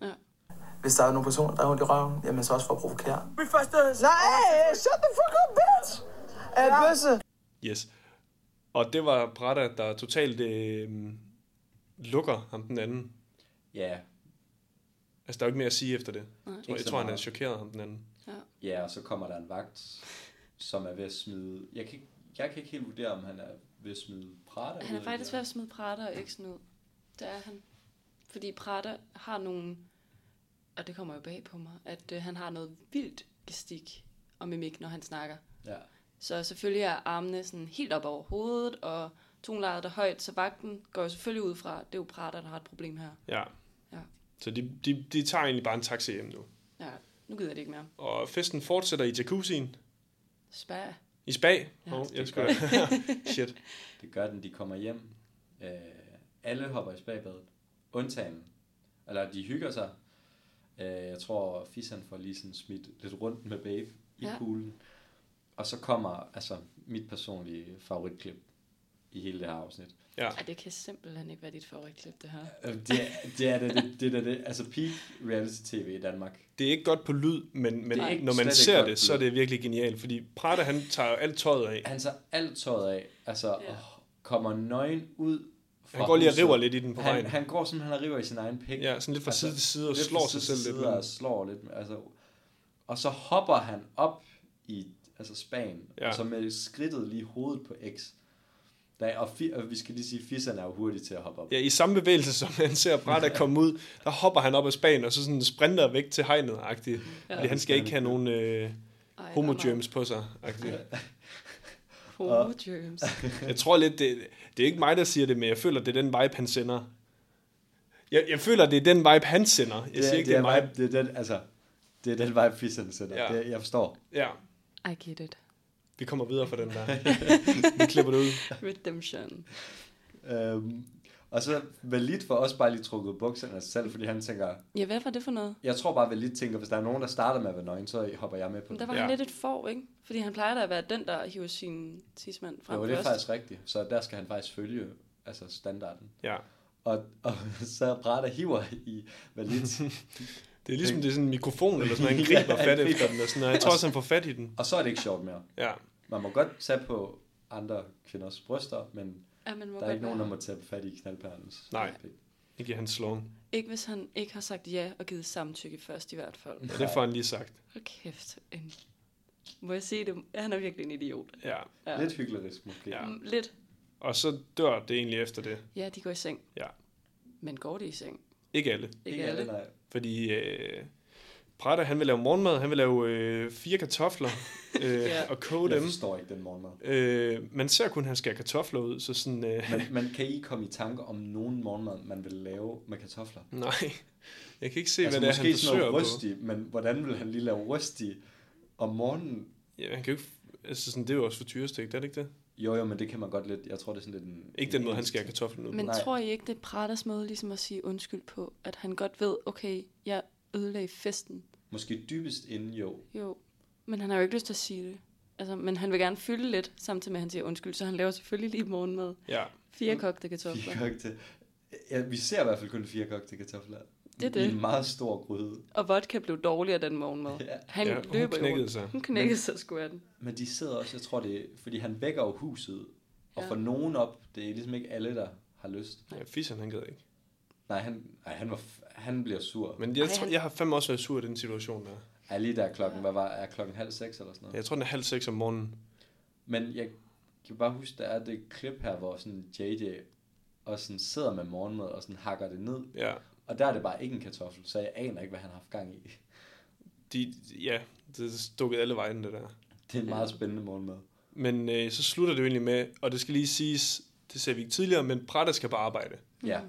Hvis der er nogle personer, der har ondt i røven, jamen så også for at provokere. Min første... Nej, shut the fuck up, bitch! Er det bøsse? Yes. Og det var Prada, der totalt øh, lukker ham den anden. Ja, Altså, der er jo ikke mere at sige efter det. Jeg tror, Ikke jeg så tror han er meget. chokeret ham den anden. ja, og så kommer der en vagt, som er ved at smide... Jeg kan, ikke- jeg kan ikke helt vurdere, om han er ved at smide Prada. Han er ud, faktisk ved eller- at smide Prada og Øksen ud. Det er han. Fordi Prada har nogle, og det kommer jo bag på mig, at øh, han har noget vildt gestik og mimik, når han snakker. Ja. Så selvfølgelig er armene sådan helt op over hovedet, og tonlejet er højt, så vagten går jo selvfølgelig ud fra, det er jo Prada, der har et problem her. Ja. Ja. Så de, de, de tager egentlig bare en taxi hjem nu. Ja, nu gider det ikke mere. Og festen fortsætter i jacuzzien. Spær. I Spag. Ja, Ja, oh, det jeg er skulle... Shit. Det gør den, de kommer hjem. Øh, alle hopper i spagbadet. Undtagen. Eller de hygger sig. Øh, jeg tror, Fisan får lige sådan smidt lidt rundt med babe i Ja. ja. poolen. Og så kommer altså mit personlige favoritklip i hele det her afsnit. Ja. Ej, det kan simpelthen ikke være dit favoritklip, det her. Øh, Det, er- det er det, det, det, er det, altså peak reality tv i Danmark. Det er ikke godt på lyd, men, men Det er ikke- når slet man ikke ser godt det, på så er lyd. det virkelig genialt. Fordi Prada, han tager jo alt tøjet af. Han tager alt tøjet af, altså Ja. ja. åh, kommer nøgen ud fra Han går lige og huset. river lidt i den på han, vejen. han går simpelthen og river i sin egen pik. Altså, Ja, sådan lidt fra side til side og slår sig selv lidt. Og slår lidt. med- Altså, og så hopper han op i altså Spanien, Ja. ja. og så med skridtet lige hovedet på X. Der, og, fi, og vi skal lige sige, at fisserne er jo hurtige til at hoppe op. Ja, i samme bevægelse, som han ser Prada komme ud, der hopper han op af spagen, og så sådan sprinter væk til hegnet -agtigt. Ja, fordi han skal ikke have nogen øh, Ej, homo på sig. -agtigt. Homo germs. Jeg tror lidt, det, det er ikke mig, der siger det, men jeg føler, det er den vibe, han sender. Jeg, jeg føler, det er den vibe, han sender. Jeg siger ikke, det er mig. vibe, det er den, altså, det er den vibe, fisserne sender. Ja. Ja. Det, jeg forstår. Ja, I get it. vi kommer videre fra den der. Vi klipper det ud. Redemption. Øhm, og så Valit får også bare lige trukket bukserne af sig selv, fordi han tænker, Ja, hvad var det for noget? jeg tror bare, Valit tænker, hvis der er nogen, der starter med at være nøgen, så hopper jeg med på det. Men der var Ja. ja. han lidt et får, ikke? Fordi han plejer da at være den, der hiver sin tidsmand frem Jo, det er først. faktisk rigtigt. Så der skal han faktisk følge altså standarden. Ja. Og, og så Prada hiver i Valit. Det er ligesom, det er sådan en mikrofon, eller sådan noget, han griber Ja, fat han griber. efter den. Og sådan, noget. jeg tror også, han får fat i den. og så er det ikke sjovt mere. Ja. Man må godt tage på andre kvinders bryster, men Ja, man må der er ikke nogen, der nummer. må tage fat i knaldperlens. Nej. pik. Det giver han slåen. Ikke hvis han ikke har sagt ja og givet samtykke først i hvert fald. Mm. Og det får han lige sagt. Hold kæft. En... Må jeg sige det? Han er virkelig en idiot. Ja. Ja. Lidt hyklerisk måske. Ja. Ja. Mm, Lidt. Og så dør det egentlig efter det. Ja, de går i seng. Ja. Men går de i seng? Ikke alle. Ikke alle. nej. Fordi øh, Prater, han vil lave morgenmad, han vil lave øh, fire kartofler øh, Ja. og koge Jeg dem. forstår ikke den morgenmad. Øh, man ser kun, at han skærer kartofler ud, så sådan... Øh, Men, men kan I komme i tanke om nogen morgenmad, man vil lave med kartofler? nej, jeg kan ikke se, altså hvad det er, måske han sådan forsøger noget på. rustig, men hvordan vil han lige lave rustig om morgenen? Ja, han kan jo ikke... Altså, sådan, det er jo også for tyrestigt, er det ikke det? Jo, jo, men det kan man godt lidt. Jeg tror, det er sådan lidt en... Ikke en den måde, han engelsk skærer ting. kartoflen ud. Men Nej. tror I ikke, det er Pratters måde ligesom at sige undskyld på, at han godt ved, okay, jeg ødelagde festen. Måske dybest inde, jo. Jo, men han har jo ikke lyst til at sige det. Altså, men han vil gerne fylde lidt, samtidig med, at han siger undskyld, så han laver selvfølgelig lige morgenmad. Ja, Fire kogte Fire kartofler. kogte. Ja, vi ser i hvert fald kun fire kogte kartofler. Det er I det. en meget stor gryde. Og vodka blev dårligere den morgenmad. Ja. Han Ja, ja, hun løber jo knækkede rundt. sig. Hun knækkede sig sgu af den. Men de sidder også, jeg tror det er, fordi han vækker jo huset. Og Ja. for nogen op, det er ligesom ikke alle, der har lyst. ja fisseren, han gad ikke. Nej, han, ej, han, var, f- han bliver sur. Men Men jeg, Ej, tror, han- jeg har fandme også været sur i den situation der. er lige der klokken, hvad var, er klokken halv seks eller sådan noget? Jeg tror, den er halv seks om morgenen. Men jeg kan bare huske, der er det klip her, hvor sådan JJ og sådan sidder med morgenmad og sådan hakker det ned. Ja, Og der er det bare ikke en kartoffel, så jeg aner ikke, hvad han har haft gang i. de, ja det er stukket alle vejen, det der. Det er en meget spændende morgenmad. Men øh, så slutter det jo egentlig med, og det skal lige siges, det ser vi ikke tidligere, men Prater skal bare arbejde. Ja,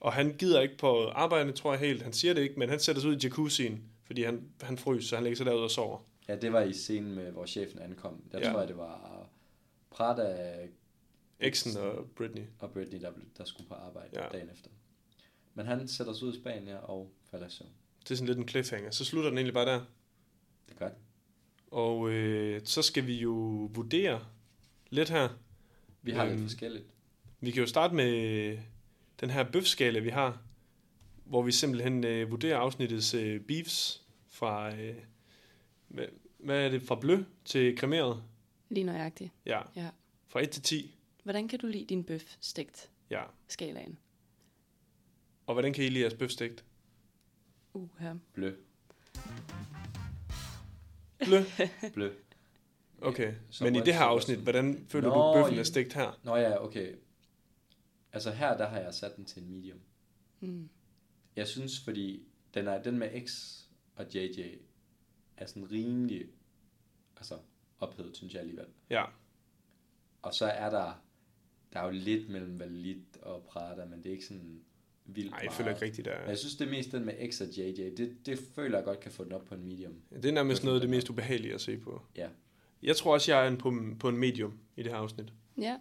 Og han gider ikke på arbejde, tror jeg helt. Han siger det ikke, men han sætter sig ud i jacuzzien, fordi han, han frøs, så han lægger sig derude og sover. ja det var i scenen med, hvor chefen ankom. Der Ja. tror jeg, det var Prada Eksen og Britney. og Britney, der, blev- der skulle på arbejde Ja. ja. dagen efter. Men han sætter sig ud i Spanien og falder i søvn. Det er sådan lidt en cliffhanger. Så slutter den egentlig bare der. Det gør det. Og øh, så skal vi jo vurdere lidt her. Vi har Øhm. lidt forskelligt. Vi kan jo starte med den her bøfskala, vi har, hvor vi simpelthen øh, vurderer afsnittets øh, beefs fra, øh, hvad, hvad er det, fra blø til kremeret. Lige nøjagtigt. Ja, Ja. fra 1 til 10. Hvordan kan du lide din bøf stegt Ja. skalaen? Og hvordan kan I lide jeres bøfstegt? Uh, her. Blø, Blø. blø. Okay, så men i må det jeg her så afsnit, også- hvordan føler Nå, du, bøffen i- er stegt her? Nå ja, okay. Altså her, der har jeg sat den til en medium. Mm. Jeg synes, fordi den, er, den med X og JJ er sådan rimelig altså, ophedet, synes jeg alligevel. Ja, Og så er der, der er jo lidt mellem Valit og Prada, men det er ikke sådan vildt nej, jeg føler ikke rigtigt, der Men jeg er. synes, det er mest den med X og JJ. Det, det føler jeg godt kan få den op på en medium. Det er nærmest noget af det mest ubehagelige at se på. Ja. Jeg tror også, jeg er en på, på en medium i det her afsnit. Ja.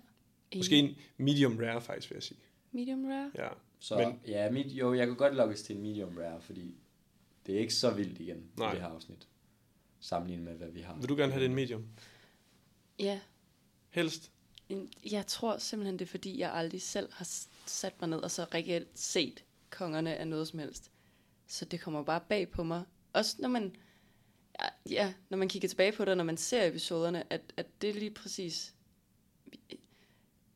Måske en medium rare, faktisk, vil jeg sige. medium rare. Ja. Så Men- Men, ja, mit, jo, jeg kunne godt lukkes til en medium rare, fordi det er ikke så vildt igen Nej. i det her afsnit. Sammenlignet med, hvad vi har. Vil du gerne have det en medium? Ja. Helst. En- Jeg tror simpelthen, det er fordi, jeg aldrig selv har s- sat mig ned og så reelt set kongerne af noget som helst. Så det kommer bare bag på mig. Også når man, ja, ja, når man kigger tilbage på det, og når man ser episoderne, at, at det er lige præcis...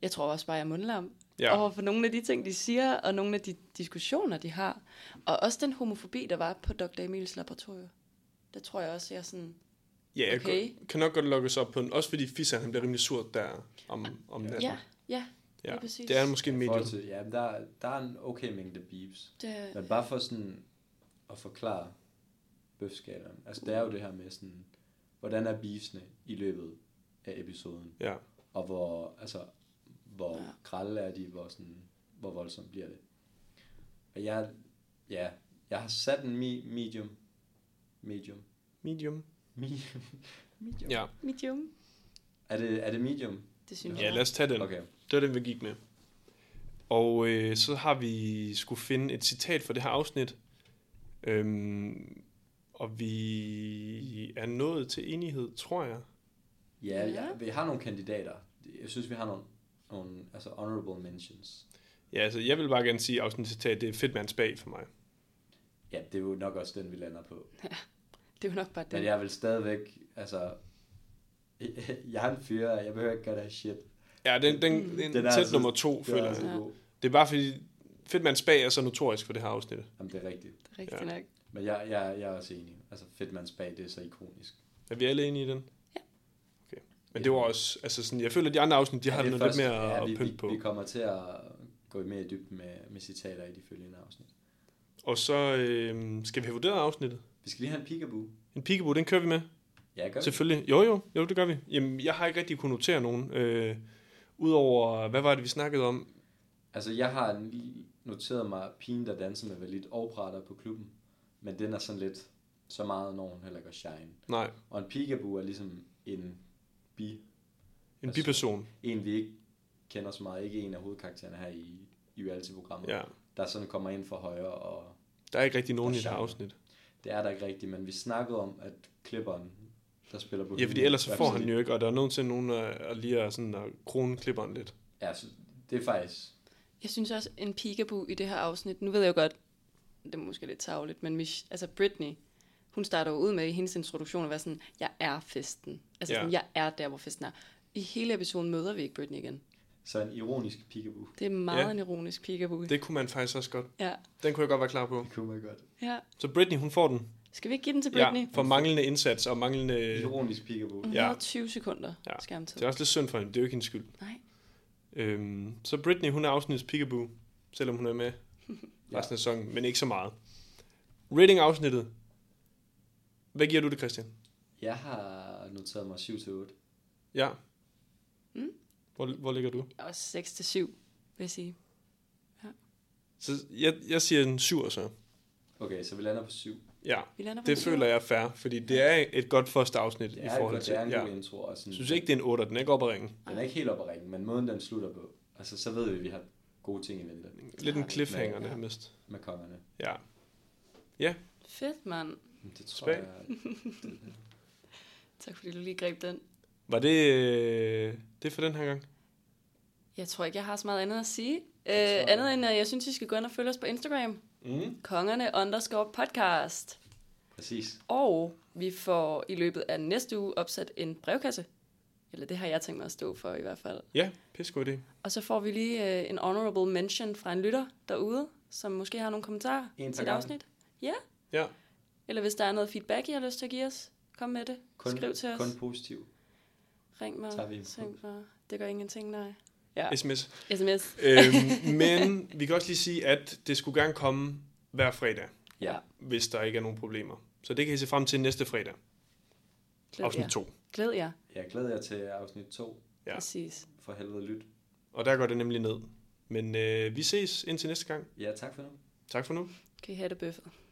Jeg tror også bare, jeg er mundlam. Ja. Over for nogle af de ting, de siger, og nogle af de diskussioner, de har. Og også den homofobi, der var på Dr. Emils laboratorium. Der tror jeg også, jeg er sådan... Ja, jeg Okay. kan, kan nok godt lukkes op på den. Også fordi Fisseren, han bliver rimelig sur der om, om natten. Ja, ja, ja. lige præcis. Det er måske en I forhold medium. til, ja, der, der er en okay mængde beeps. det, Men bare for sådan at forklare bøfskalaen. Altså, det er jo det her med sådan, hvordan er beefsene i løbet af episoden? Ja. Og hvor, altså, hvor Ja. ja. kralde er de, hvor, sådan, hvor voldsomt bliver det. Og jeg, ja, jeg har sat en mi- medium. Medium. Medium. Medium. medium. Ja. medium. Er, det, er det medium? Det synes ja, jeg. lad os tage den. Okay. Det var den, vi gik med. Og øh, så har vi skulle finde et citat for det her afsnit. Øhm, og vi er nået til enighed, tror jeg. Ja, Ja. ja, vi har nogle kandidater. Jeg synes, vi har nogle, nogle altså honorable mentions. Ja, altså jeg vil bare gerne sige, at afsnittets citat, det er Fedtmands bag for mig. Ja, det er jo nok også den, vi lander på. Det er jo nok bare Men det. jeg vil stadigvæk, altså... Jeg er en fyr, jeg behøver ikke gøre det her shit. Ja, den, den, Mm. den, den er tæt altså- nummer to, Det er føler altså jeg. Ja. god. Det er bare fordi, Fedtmands bag er så notorisk for det her afsnit. Jamen, det er rigtigt. Rigtig Ja. ja. nok. Men jeg, jeg, jeg er også enig. Altså, Fedtmans bag, det er så ikonisk. Er vi alle enige i den? Men det var også, altså sådan, jeg føler, at de andre afsnit, de ja, har det noget er lidt mere ja, ja, vi, at pynte vi, på. Vi kommer til at gå mere i dybden med, med citater i de følgende afsnit. Og så øh, skal vi have vurderet afsnittet. Vi skal lige have en peekaboo. En peekaboo, den kører vi med. Ja, gør vi. Selvfølgelig. Jo, jo, jo, det gør vi. Jamen, jeg har ikke rigtig kunne notere nogen. Øh, Udover, hvad var det, vi snakkede om? Altså, jeg har lige noteret mig pigen, der danser med Valit og prater på klubben. Men den er sådan lidt så meget, når hun heller ikke at shine. Nej, Og en peekaboo er ligesom en bi. en Altså- biperson. En, vi ikke kender så meget. Ikke en af hovedkaraktererne her i, i reality-programmet. Ja. Der sådan kommer ind fra højre, og Der er ikke rigtig nogen Der i er det her sjovt. afsnit. det er der ikke rigtigt. Men vi snakkede om, at klipperen, der spiller på Ja, fordi ellers så får han jo ikke, og der er nødt til nogen at, at lige at, sådan, at krone klipperen lidt. Ja, så det er faktisk... Jeg synes også, en peekaboo i det her afsnit, nu ved jeg jo godt, det er måske lidt tavligt, men Mich- altså Britney, hun starter jo ud med i hendes introduktion at være sådan, jeg er festen. Altså Ja. sådan, jeg er der, hvor festen er. I hele episoden møder vi ikke Britney igen. Så en ironisk peekaboo. Det er meget Ja. ja. en ironisk peekaboo. Det. Det kunne man faktisk også godt. Ja. Den kunne jeg godt være klar på. Det kunne man godt. ja. Så Britney, hun får den. Skal vi ikke give den til Britney? Ja, for manglende indsats og manglende... Ironisk peekaboo. Hun Ja. havde 20 sekunder Ja. ja. skærmtid. Det er også lidt synd for hende, det er jo ikke hendes skyld. Nej. Øhm, så Britney, hun er afsnittets peekaboo, selvom hun er med resten af sæsonen, men ikke så meget. Rating-afsnittet. Hvad giver du det, Christian? Jeg har noteret mig 7-8. Ja. Hmm? Hvor, hvor ligger du? Også 6-7, vil jeg sige. Så jeg, jeg siger en 7 så. Okay, så vi lander på 7. Ja, Vi lander på det en føler jeg er fair, fordi det er et godt første afsnit Det i er, et forhold godt, til... det er en ja. god intro. Og sådan, Jeg synes ikke, det er en 8, den er ikke oppe at ringe. Den er ikke helt oppe at ringe, men måden den slutter på, altså så ved vi, at vi har gode ting i vente Lidt en cliffhanger Ja. nærmest. med kongerne. Ja. Fedt, mand. Men Det tror Spæk. jeg, Tak fordi du lige greb den. Var det, øh, det for den her gang? Jeg tror ikke, jeg har så meget andet at sige. Øh, Jeg tror- andet end, at jeg synes, I skal gå ind og følge os på Instagram. Mm. Kongerne underscore podcast. præcis. Og vi får i løbet af næste uge opsat en brevkasse. Eller det har jeg tænkt mig at stå for i hvert fald. Ja, pissegod idé. Og så får vi lige øh, en honorable mention fra en lytter derude, som måske har nogle kommentarer En per til et gang. afsnit. Ja. Ja. Eller hvis der er noget feedback, I har lyst til at give os, kom med det. Kun, Skriv til os. kun positiv. Ring mig. Tager vi en Send mig. Det gør ingenting, nej. Ja. Sms. SMS. øhm, men vi kan også lige sige, at det skulle gerne komme hver fredag, Ja, hvis der ikke er nogen problemer. Så det kan I se frem til næste fredag, Glæd jer. afsnit 2. Glæd jer. jeg glæder jer til afsnit 2. Ja. Ja. Præcis. For helvede lyt. Og der går det nemlig ned. Men øh, vi ses indtil næste gang. Ja, tak for nu. Tak for nu. Kan I have det bøffet?